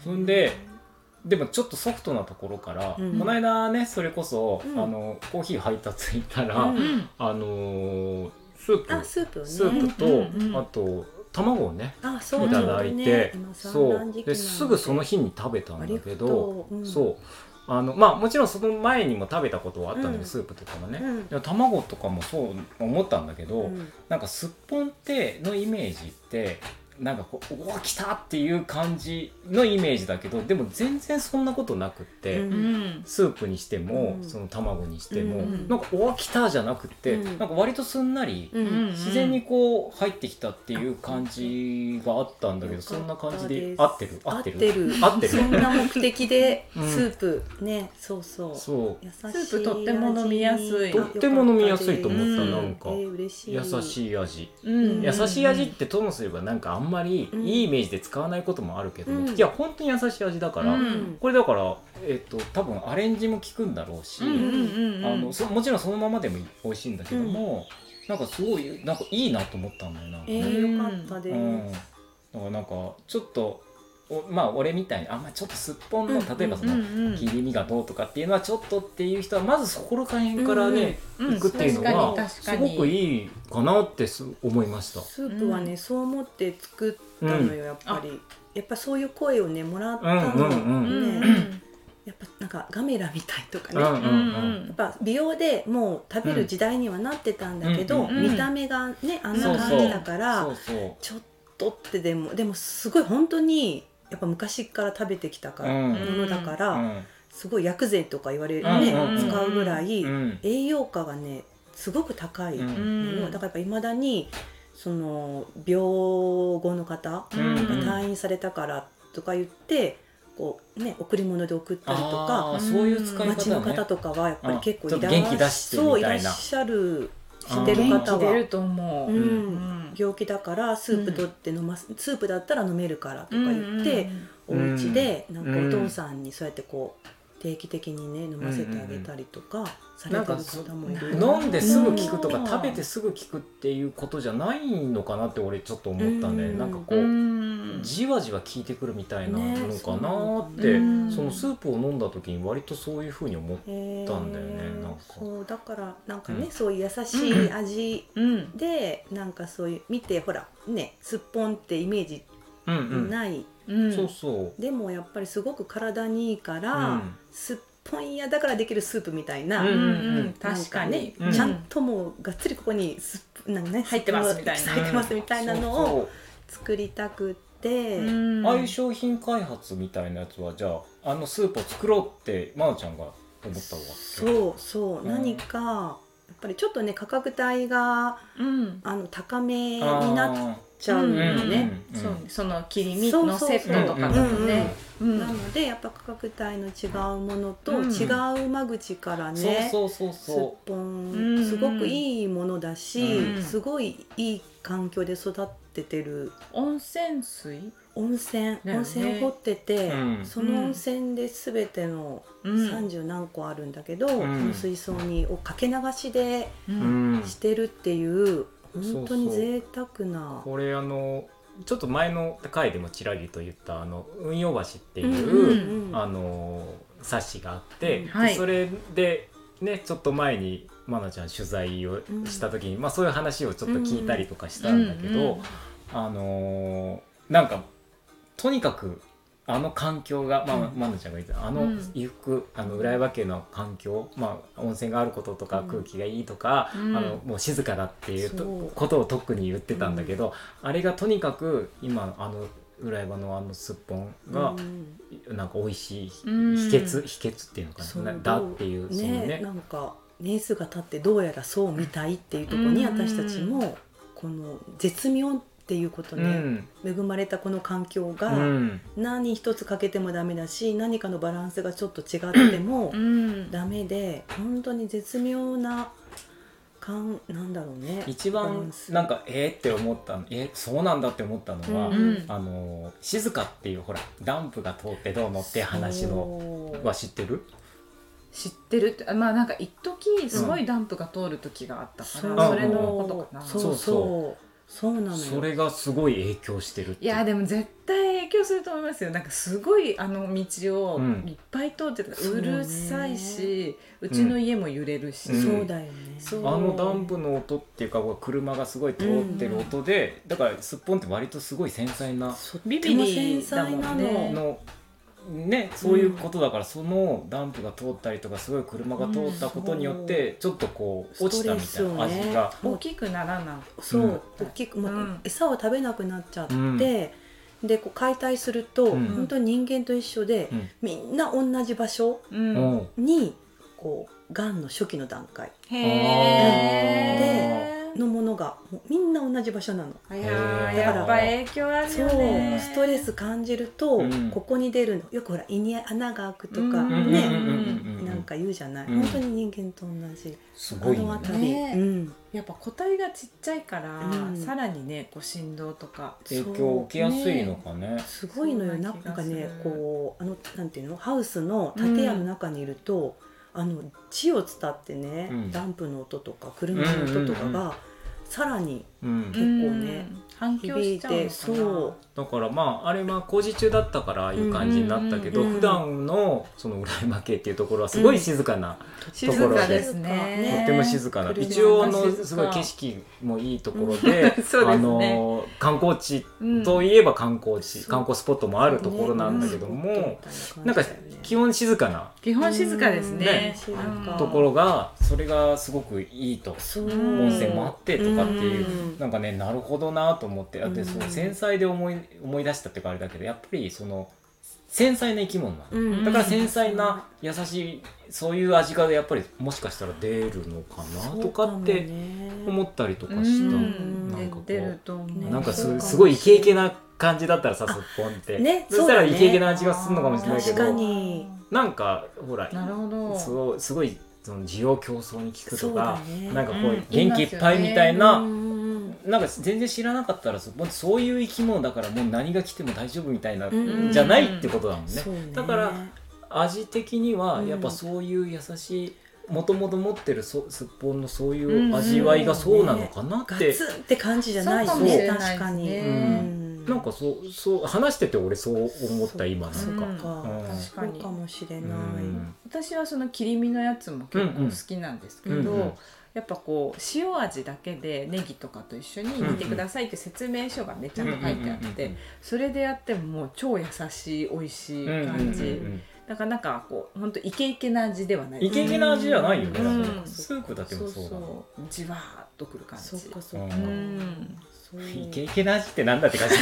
Speaker 1: そんででもちょっとソフトなところから、
Speaker 3: うん
Speaker 1: この間ねそれこそ、
Speaker 3: うん
Speaker 1: あのコーヒー配達行ったら、
Speaker 3: うん
Speaker 2: うん
Speaker 1: あのースープ
Speaker 3: あスープをね
Speaker 1: スープと、
Speaker 2: うんうんうん
Speaker 1: あと卵をね
Speaker 3: あそう
Speaker 1: いただいて、そうですぐその
Speaker 3: 日
Speaker 1: 日に食べたんだけど、
Speaker 3: うん、
Speaker 1: そうあのまあもちろんその前にも食べたことはあったのよ、
Speaker 3: うん
Speaker 1: スープとかもね、
Speaker 3: うん
Speaker 1: でも卵とかもそう思ったんだけど、
Speaker 3: うん
Speaker 1: なんかすっぽんってのイメージってなんかこう「おお来た!」っていう感じのイメージだけどでも全然そんなことなくって、
Speaker 3: うん
Speaker 2: うん
Speaker 1: スープにしても、
Speaker 3: うん
Speaker 1: その卵にしても、
Speaker 3: うん
Speaker 2: うん
Speaker 1: なんか「おお来た!」じゃなくって、
Speaker 3: うん
Speaker 1: なんか割とすんなり
Speaker 3: う
Speaker 2: うん
Speaker 3: ん
Speaker 1: 自然にこう入ってきたっていう感じがあったんだけどそんな感じで合ってる合
Speaker 3: 合
Speaker 1: っ
Speaker 3: ってて
Speaker 1: る
Speaker 3: る
Speaker 1: 合ってる
Speaker 3: そんな目的でス
Speaker 1: うん
Speaker 3: ープ、ねそうそう
Speaker 1: そう
Speaker 3: 優しい味
Speaker 2: スープとっても飲みやすい
Speaker 1: とっても飲みやすいと思った、
Speaker 2: うん
Speaker 1: なんか
Speaker 3: えー嬉しい
Speaker 1: 優しい味、
Speaker 2: うん
Speaker 1: 優しい味ってともすればなんかあんんまり
Speaker 3: うん
Speaker 1: いいイメージで使わないこともあるけど、
Speaker 3: うん
Speaker 1: いや本当に優しい味だから、
Speaker 2: うん
Speaker 1: これだから、えっと多分アレンジも効くんだろうし、
Speaker 2: うんうんうん
Speaker 1: あのそもちろんそのままでも美味しいんだけども、なんかすごいなんかいいなと思ったんだよな。
Speaker 3: えー、よかったです。
Speaker 1: うん、だからなんかちょっとおまあ俺みたいにあんまあちょっとすっぽんの
Speaker 3: うん
Speaker 1: 例えばその、
Speaker 2: うんうん
Speaker 1: 切り身がどうとかっていうのはちょっとっていう人はまずそこら辺からね、
Speaker 2: うん
Speaker 1: 行くっていうのは、
Speaker 2: 確か
Speaker 1: す
Speaker 2: に確か
Speaker 1: ご
Speaker 2: に
Speaker 1: くいいかなってす思いました。
Speaker 3: スープはね、
Speaker 2: うん
Speaker 3: そう思って作ったのよやっぱり、やっぱそういう声をねもらった
Speaker 1: うんう
Speaker 3: の、
Speaker 1: んうん
Speaker 2: うん
Speaker 3: ねやっぱなんかガメラみたいとかね、
Speaker 1: うん
Speaker 3: やっぱ美容でもう食べる時代にはなってたんだけ
Speaker 1: うん
Speaker 3: ど、
Speaker 2: うんうん
Speaker 3: 見た目がねあん
Speaker 1: そう
Speaker 3: な
Speaker 1: そう
Speaker 3: 感じだから
Speaker 1: そうそう
Speaker 3: ちょっとってでもでもすごい本当にやっぱ昔から食べてきたから、
Speaker 1: うん
Speaker 3: ものだから、すごい薬膳とか言われる
Speaker 1: うん
Speaker 3: ね、
Speaker 1: うんうん
Speaker 3: 使うぐらい、
Speaker 1: うんうん
Speaker 3: 栄養価がねすごく高い、
Speaker 1: うん
Speaker 2: うん
Speaker 3: だからやっぱいまだにその病後の方
Speaker 1: うん
Speaker 3: 退院されたからとか言って、こうね贈り物で送ったりとか
Speaker 1: あーそういう使い方ね
Speaker 3: 町の方とかはやっぱり結構
Speaker 1: あ
Speaker 3: いら
Speaker 1: ちょっと元気出してみたいな
Speaker 3: そういらっしゃる
Speaker 1: あー
Speaker 3: してる方
Speaker 2: 元気出
Speaker 3: は
Speaker 2: ると思う、
Speaker 3: うん
Speaker 2: うん
Speaker 3: 病気だからスープ取って飲ます、スープだったら飲めるからとか言って、
Speaker 1: うんうん
Speaker 3: お家でなんか
Speaker 1: うん
Speaker 3: お父さんにそうやってこう定期的にね飲ませてあげたりとかされ
Speaker 1: なん
Speaker 3: て
Speaker 1: か
Speaker 3: る
Speaker 1: そ
Speaker 3: 方もいる
Speaker 1: 飲んですぐ聞くと
Speaker 2: う
Speaker 1: か
Speaker 2: ん
Speaker 1: 食べてすぐ聞くっていうことじゃないのかなって俺ちょっと思ったんで、
Speaker 3: うん
Speaker 1: なんかこ
Speaker 2: う
Speaker 1: う、
Speaker 2: ん
Speaker 1: じわじわ効いてくるみたいな
Speaker 3: ね
Speaker 1: のかなーって、
Speaker 2: そう
Speaker 3: なんだ
Speaker 1: そのスープを飲んだ時に割とそういうふうに思っ
Speaker 3: へー
Speaker 1: たんだよねなんか
Speaker 3: そうだからなんかね、
Speaker 1: うん
Speaker 3: そういう優しい味
Speaker 2: うん
Speaker 3: で、なんかそういう見てほらねすっぽんってイメージ
Speaker 1: うんうん
Speaker 3: ない、
Speaker 2: うん
Speaker 1: そうそう
Speaker 3: でもやっぱりすごく体にいいか
Speaker 1: う
Speaker 3: ら、
Speaker 1: ん
Speaker 3: すっぽんやだからできるスープみたいな、
Speaker 1: うん
Speaker 2: うん確かに、
Speaker 1: うん
Speaker 3: ちゃんともうがっつりここにスープなんかね
Speaker 2: 入ってますみたいな
Speaker 3: 入ってますみたいなの
Speaker 1: そ
Speaker 3: を
Speaker 1: う
Speaker 3: 作りたくって、
Speaker 1: そうああいう商品開発みたいなやつはじゃああのスープを作ろうってまおちゃんが思ったわけ
Speaker 3: そうそう、
Speaker 1: うん
Speaker 3: 何かやっぱりちょっとね価格帯が
Speaker 2: うん
Speaker 3: あの高めに
Speaker 1: あー
Speaker 3: なっちゃうのね。
Speaker 2: うんうんう
Speaker 1: う
Speaker 2: ん
Speaker 1: ん
Speaker 2: そうねその切り身のセットとかだ
Speaker 3: そ
Speaker 2: と
Speaker 3: うそうそう
Speaker 2: ねうん
Speaker 3: なのでやっぱ価格帯の違うものと、
Speaker 2: うん
Speaker 3: 違う間口からね、
Speaker 1: そうそうそう
Speaker 3: すっ
Speaker 1: そ
Speaker 3: ぽ
Speaker 2: うん
Speaker 3: んすごくいいものだし、
Speaker 1: うん
Speaker 3: すごいいい環境で育っててる
Speaker 2: 温泉水
Speaker 3: 温泉、
Speaker 2: ね
Speaker 3: 温泉掘ってて、
Speaker 1: うん
Speaker 3: その温泉で全ての
Speaker 2: うん
Speaker 3: 30何個あるんだけど、
Speaker 1: ん
Speaker 3: その水槽にをかけ流しで
Speaker 2: う
Speaker 1: う、うんん、
Speaker 3: してるっていう、
Speaker 1: そう
Speaker 3: 本当に贅沢な。
Speaker 1: これあのちょっと前の回でもちらりと言ったあの運用橋っていう、
Speaker 3: うんうん
Speaker 1: あの冊子があって、で
Speaker 2: はい
Speaker 1: それでねちょっと前に愛菜ちゃん取材をした時に、まあ、そういう話をちょっと聞いたりとかしたんだけど、
Speaker 2: うんうん
Speaker 1: あのーなんかとにかくあの環境が、まあ
Speaker 2: うん
Speaker 1: 愛菜ちゃんが言ってたあ
Speaker 2: う
Speaker 1: の
Speaker 2: ん
Speaker 1: 衣服、あの浦和家の環境、まあ、温泉があることとか、
Speaker 3: うん
Speaker 1: 空気がいいとか、
Speaker 2: うん
Speaker 1: あのもう静かだっていうと
Speaker 3: そう
Speaker 1: ことを特に言ってたんだけど、あれがとにかく今あの浦和のあのすっぽんが
Speaker 3: う、ん
Speaker 1: なんか美味しい、
Speaker 2: うん
Speaker 1: 秘訣秘訣っていうのか
Speaker 3: そう
Speaker 1: ななだっていうその
Speaker 3: ね
Speaker 1: ね
Speaker 3: なんか年数が経ってどうやらそうみたいっていうところに
Speaker 2: うん
Speaker 3: 私たちもこの絶妙っていうこと
Speaker 1: う
Speaker 3: ね、
Speaker 1: ん
Speaker 3: 恵まれたこの環境
Speaker 1: う
Speaker 3: が
Speaker 1: ん
Speaker 3: 何一つ欠けてもダメだし何かのバランスがちょっと違っても
Speaker 2: うん
Speaker 3: ダメで本当に絶妙な感なんだろうね
Speaker 1: 一
Speaker 3: バラ
Speaker 1: 番
Speaker 3: ンス
Speaker 1: なんかえー、って思ったのえーそうなんだって思ったのは、
Speaker 3: うん
Speaker 1: あのー静かっていうほらダンプが通ってどうのって話の
Speaker 3: そう
Speaker 1: は知ってる
Speaker 2: 知ってるってあまあなんか一時すごいダンプが通る時があったから、
Speaker 1: うん
Speaker 2: それのことかな
Speaker 3: そう
Speaker 1: そ
Speaker 3: そううそうなのよ
Speaker 1: それがすごい影響してるって
Speaker 2: いやでも絶対影響すると思いますよなんかすごいあの道を
Speaker 1: うん
Speaker 2: いっぱい通ってた、
Speaker 3: そう
Speaker 2: う
Speaker 3: ね
Speaker 2: るさいしうちの家も揺れるし、
Speaker 1: うん
Speaker 3: そうだよね
Speaker 2: そう
Speaker 1: あのダンプの音っていうか車がすごい通ってる音で、だからすっぽんって割とすごい繊細な
Speaker 3: そう
Speaker 2: ビ
Speaker 3: とても繊細な
Speaker 2: ビビリだもん
Speaker 3: の
Speaker 1: の、ね、そういうことだから、そのダンプが通ったりとかすごい車が通ったことによって、ちょっとこう落ちたみたいな味が、
Speaker 2: 大きくならな
Speaker 3: そう、
Speaker 1: うん
Speaker 3: 大きく、まあ
Speaker 2: うん
Speaker 3: 餌を食べなくなっちゃって、
Speaker 1: うん
Speaker 3: でこう解体すると、
Speaker 1: うん
Speaker 3: 本当に人間と一緒で、
Speaker 1: うん
Speaker 3: みんな同じ場所
Speaker 2: う、
Speaker 1: うんん
Speaker 3: にこうがんの初期の段階
Speaker 2: へえ
Speaker 3: のものがもうみんな同じ場所なの。
Speaker 2: いやー
Speaker 1: へー
Speaker 2: やっぱ影響ある
Speaker 3: そ
Speaker 2: よ
Speaker 3: う
Speaker 2: ね
Speaker 3: ストレス感じると、
Speaker 1: うん
Speaker 3: ここに出るのよくほら胃に穴が開くとか、
Speaker 2: うん
Speaker 1: うん
Speaker 3: ね、
Speaker 1: うんうんうんうん
Speaker 3: なんなんか言うじゃない、
Speaker 1: うん
Speaker 3: 本当に人間と同じ、
Speaker 1: す
Speaker 3: こ
Speaker 1: ごい
Speaker 3: の
Speaker 1: よ
Speaker 3: 辺
Speaker 1: ね
Speaker 3: り、
Speaker 2: ね
Speaker 3: うん、
Speaker 2: やっぱ個体がちっちゃいから、
Speaker 3: うん
Speaker 2: さらにねこう振動とか
Speaker 1: 影響を受けやすいのかね
Speaker 3: すごいのよ
Speaker 2: そうな
Speaker 3: な
Speaker 2: 気が
Speaker 3: なんかね
Speaker 2: する
Speaker 3: こうあのなんていうのハウスの建屋の中にいると、あの地を伝ってね、
Speaker 1: うん
Speaker 3: ダンプの音とか車の音とか
Speaker 1: うんうん
Speaker 3: がさらに
Speaker 1: うん
Speaker 3: 結構ね
Speaker 2: うん反響
Speaker 3: 響
Speaker 2: し
Speaker 3: い
Speaker 2: ちゃうのか
Speaker 3: て
Speaker 2: な
Speaker 3: そう
Speaker 1: だからまああれは工事中だったからああいう感じになったけど、
Speaker 3: うんうんうん
Speaker 1: 普段のその裏山系っていうところはすごい静かな、
Speaker 2: 静
Speaker 1: ところ
Speaker 2: か
Speaker 1: で
Speaker 2: ですね
Speaker 1: とっても静かな
Speaker 3: 車
Speaker 1: 一応あ
Speaker 2: が
Speaker 1: の
Speaker 2: 静か
Speaker 1: すごい景色もいいところで,、
Speaker 2: うんそうですね
Speaker 1: あの観光地
Speaker 2: うん
Speaker 1: といえば観光地、
Speaker 3: そう
Speaker 1: 観光スポットもあるところなんだけども、なんか基本静かな
Speaker 2: 基本静かですね
Speaker 1: ね
Speaker 3: 静か
Speaker 1: ところがそれがすごくいいと
Speaker 3: そう
Speaker 2: うん
Speaker 1: 温泉もあってとかっていう、
Speaker 3: うん
Speaker 1: なんかねなるほどなと思ってあ
Speaker 3: う
Speaker 1: で
Speaker 3: ん
Speaker 1: その繊細で思い思い出したっていうかあれだけどやっぱりその繊細な生き物なの、
Speaker 3: うん
Speaker 1: だから繊細な優しいそういう味がやっぱりもしかしたら出るのかなとかって思
Speaker 3: っ
Speaker 1: ったりとか
Speaker 2: う
Speaker 1: した、
Speaker 2: ん
Speaker 1: なんかこう
Speaker 2: 出ると思う
Speaker 3: ね
Speaker 1: なんかす,、
Speaker 3: そうかも
Speaker 1: すごいイケイケな感じだったらさすっぽんって、
Speaker 3: ね
Speaker 1: そしたら
Speaker 3: そうだ
Speaker 1: イ
Speaker 3: ね
Speaker 1: ケイケな味がするのかもしれないけ
Speaker 3: 確か
Speaker 1: ど
Speaker 3: に
Speaker 1: なんかほら
Speaker 2: なるほど
Speaker 1: そうすごいその需要競争に聞くとか、
Speaker 3: そうだね
Speaker 1: なんかこ
Speaker 2: う
Speaker 1: うん元気いっぱいみたいな、
Speaker 3: うん
Speaker 1: なんか全然知らなかったらそもうそういう生き物だからもう何が来ても大丈夫みたいな、
Speaker 3: うん
Speaker 1: じゃないってことだもんね
Speaker 3: そうね
Speaker 1: だから味的には
Speaker 3: うん
Speaker 1: やっぱそういう優しいもともと持ってるそすっぽんのそういう味わいがそうなのかな
Speaker 3: ガ
Speaker 1: っ
Speaker 3: ツ
Speaker 1: て、
Speaker 3: ンって感じじゃない
Speaker 2: そう
Speaker 1: かもしれ
Speaker 3: ね
Speaker 2: ないですね
Speaker 3: 確かに、
Speaker 1: うんなんかそうそう話してて俺そう思った今なんか。
Speaker 3: そうか、
Speaker 1: うん
Speaker 3: 確かにそうかもしれ
Speaker 1: う
Speaker 3: ない、
Speaker 1: ん
Speaker 2: 私はその切り身のやつも結構好きなんですけど、
Speaker 1: うんうん
Speaker 2: やっぱこう塩味だけでネギとかと一緒に煮てくださいって説明書がめちゃくちゃ書いてあって、それでやってももう超優しい美味し
Speaker 1: う
Speaker 2: い
Speaker 1: んうんうん
Speaker 2: 感じ、
Speaker 1: うん
Speaker 2: だからなんかこう本当イケイケな味ではない
Speaker 1: イケイケな味じゃないよね、
Speaker 2: うん
Speaker 1: だからスープだってもそうだもん
Speaker 2: うじわーっとくる感じ
Speaker 3: そっかそっ
Speaker 1: うん
Speaker 3: か、
Speaker 2: うん
Speaker 3: そう
Speaker 1: イケイケな味ってなんだ って感じ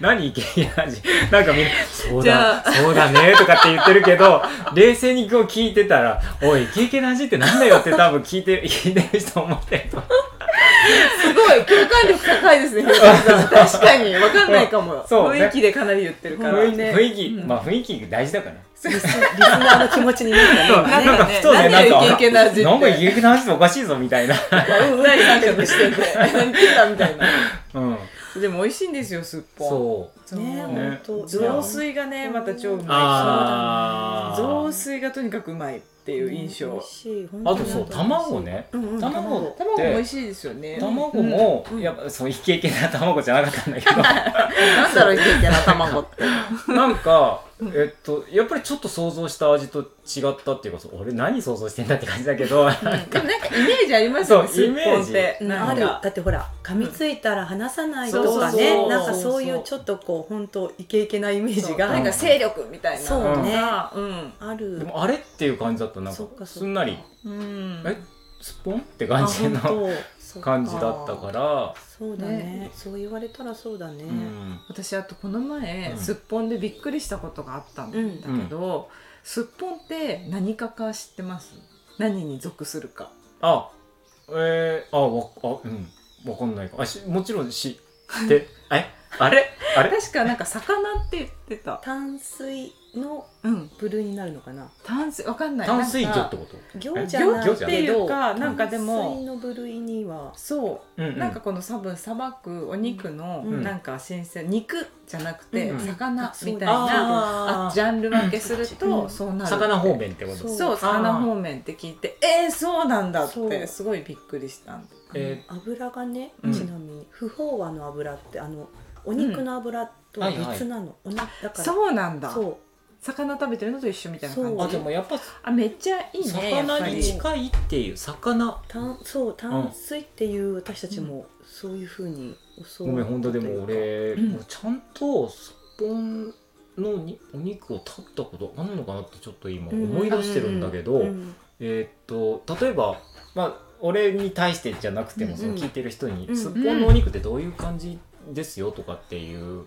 Speaker 1: 何イケイケな味なんかみんな「そう
Speaker 2: じゃ
Speaker 1: だそうだね」とかって言ってるけど冷静にこう聞いてたら「おいイケイケな味ってなんだよ」って多分聞いてる聞いてる人思ってると思う
Speaker 2: すごい共感力高いですね、 確かに分かんないかも、
Speaker 1: そうね
Speaker 2: 雰囲気でかなり言ってるから
Speaker 1: 雰囲気
Speaker 2: ね
Speaker 1: 雰囲気、
Speaker 2: うん
Speaker 1: まあ雰囲気大事だからね
Speaker 3: リスリスナーの気持ちになった
Speaker 1: そう
Speaker 3: ね
Speaker 2: なんかね
Speaker 1: ふとね
Speaker 2: なんでイケイケな味って
Speaker 1: なんかイケイケな味っておかしいぞみ たいな
Speaker 2: うんうなり三食してて何言ったみたいな
Speaker 1: うん
Speaker 2: でも美味しいんですよすっぽん
Speaker 1: そう
Speaker 2: そう
Speaker 3: ね
Speaker 1: ね
Speaker 3: ね本当
Speaker 2: 雑炊がねまた超うまい
Speaker 1: あ
Speaker 2: し
Speaker 1: ー
Speaker 2: 雑炊がとにかくうまいっていう印
Speaker 3: 美
Speaker 2: 象
Speaker 3: 味しい本
Speaker 1: あ
Speaker 3: 当に
Speaker 1: とそう卵ね
Speaker 3: うんうん
Speaker 1: 卵
Speaker 2: 卵も美味しいですよね
Speaker 1: 卵も、
Speaker 3: うん
Speaker 1: やっぱそうイケイケな卵じゃなかったんだけど
Speaker 2: なんだろうイケイケな卵って
Speaker 1: なんか、えっと、やっぱりちょっと想像した味と違ったっていうか、そう俺何想像してんだって感じだけど、
Speaker 2: うんでもなんかイメージありますよね
Speaker 1: そう
Speaker 2: すっぽんっ
Speaker 1: イメ
Speaker 2: て
Speaker 3: うん
Speaker 2: な
Speaker 3: あ
Speaker 2: ん
Speaker 3: る
Speaker 2: か
Speaker 3: だってほら噛みついたら離さないとか
Speaker 1: そうそうそ
Speaker 3: ね
Speaker 1: う
Speaker 3: なんかそういうちょっとこう本当イケイケなイメージ
Speaker 2: そうなん
Speaker 3: が
Speaker 2: か勢力みたいな
Speaker 3: そうね
Speaker 2: がうん
Speaker 3: あ
Speaker 1: で
Speaker 3: る
Speaker 1: もあれっていう感じだった。なん
Speaker 3: そ
Speaker 1: か
Speaker 3: っかそっ、か
Speaker 1: すんなり、
Speaker 2: うん
Speaker 1: えスポンって感じ
Speaker 3: あ本
Speaker 1: の
Speaker 3: 当そっか
Speaker 1: 感じだったから、
Speaker 3: そうだね
Speaker 2: ね
Speaker 3: そう言われたらそうだね、
Speaker 1: うん。
Speaker 2: 私あとこの前、
Speaker 1: うん
Speaker 2: すっぽんでびっくりしたことがあったんだけど、すっぽんって何かか知ってます何に属するか
Speaker 1: あ、えー、あ、わ、あ、うん。わかんないか。あ、しもちろん知 って、えあれあれ
Speaker 2: 確かなんか魚って言ってた
Speaker 3: 淡水の
Speaker 2: うん
Speaker 3: 部類になるのかな
Speaker 2: 淡水わかんない
Speaker 1: 淡水魚
Speaker 2: なん
Speaker 1: っ
Speaker 2: か
Speaker 1: てこと
Speaker 3: 行じゃ
Speaker 1: 魚
Speaker 3: な
Speaker 1: 魚
Speaker 3: い
Speaker 1: じゃ
Speaker 3: けど
Speaker 1: ない
Speaker 2: っていうかなんかでも
Speaker 3: 淡水の部類には
Speaker 2: そうう、
Speaker 1: んうん
Speaker 2: なんかこのサブ砂漠お肉の
Speaker 3: うん
Speaker 2: なんか新鮮、肉じゃなくて
Speaker 1: うん
Speaker 2: 魚みたいな、
Speaker 1: あ
Speaker 2: あ
Speaker 1: ー
Speaker 2: ジャンル分けすると
Speaker 3: うん
Speaker 2: そうなる
Speaker 1: 魚方面ってこと
Speaker 3: そう
Speaker 2: そう魚方面って聞いてえー、そうなんだっ
Speaker 3: そ
Speaker 2: て
Speaker 3: う
Speaker 2: すごいびっくりしたんだ
Speaker 1: え
Speaker 3: 油がね、
Speaker 1: うん
Speaker 3: ちなみに不飽和の油ってあのお肉の油とは別なの、おなだからう
Speaker 2: そうなんだ
Speaker 3: そう
Speaker 2: 魚食べてるのと一緒みたいな感
Speaker 1: ー、あ、
Speaker 2: じ
Speaker 1: でもやっぱ、
Speaker 2: あめっちゃいいねやっぱ
Speaker 1: 魚に
Speaker 2: り
Speaker 1: 近いっていう、魚。
Speaker 3: 炭そう炭水っていう私たちもそういうふうに教
Speaker 1: ごめん本当でも俺、
Speaker 2: うん
Speaker 1: もうちゃんとすっぽんのにお肉を食ったことあんのかなってちょっと今
Speaker 3: うん
Speaker 1: 思い出してるんだけど、えーっと例えばまあ俺に対してじゃなくても、
Speaker 2: うん
Speaker 1: その聞いてる人に、
Speaker 3: うん
Speaker 1: すっぽんのお肉ってどういう感じですよとかっていう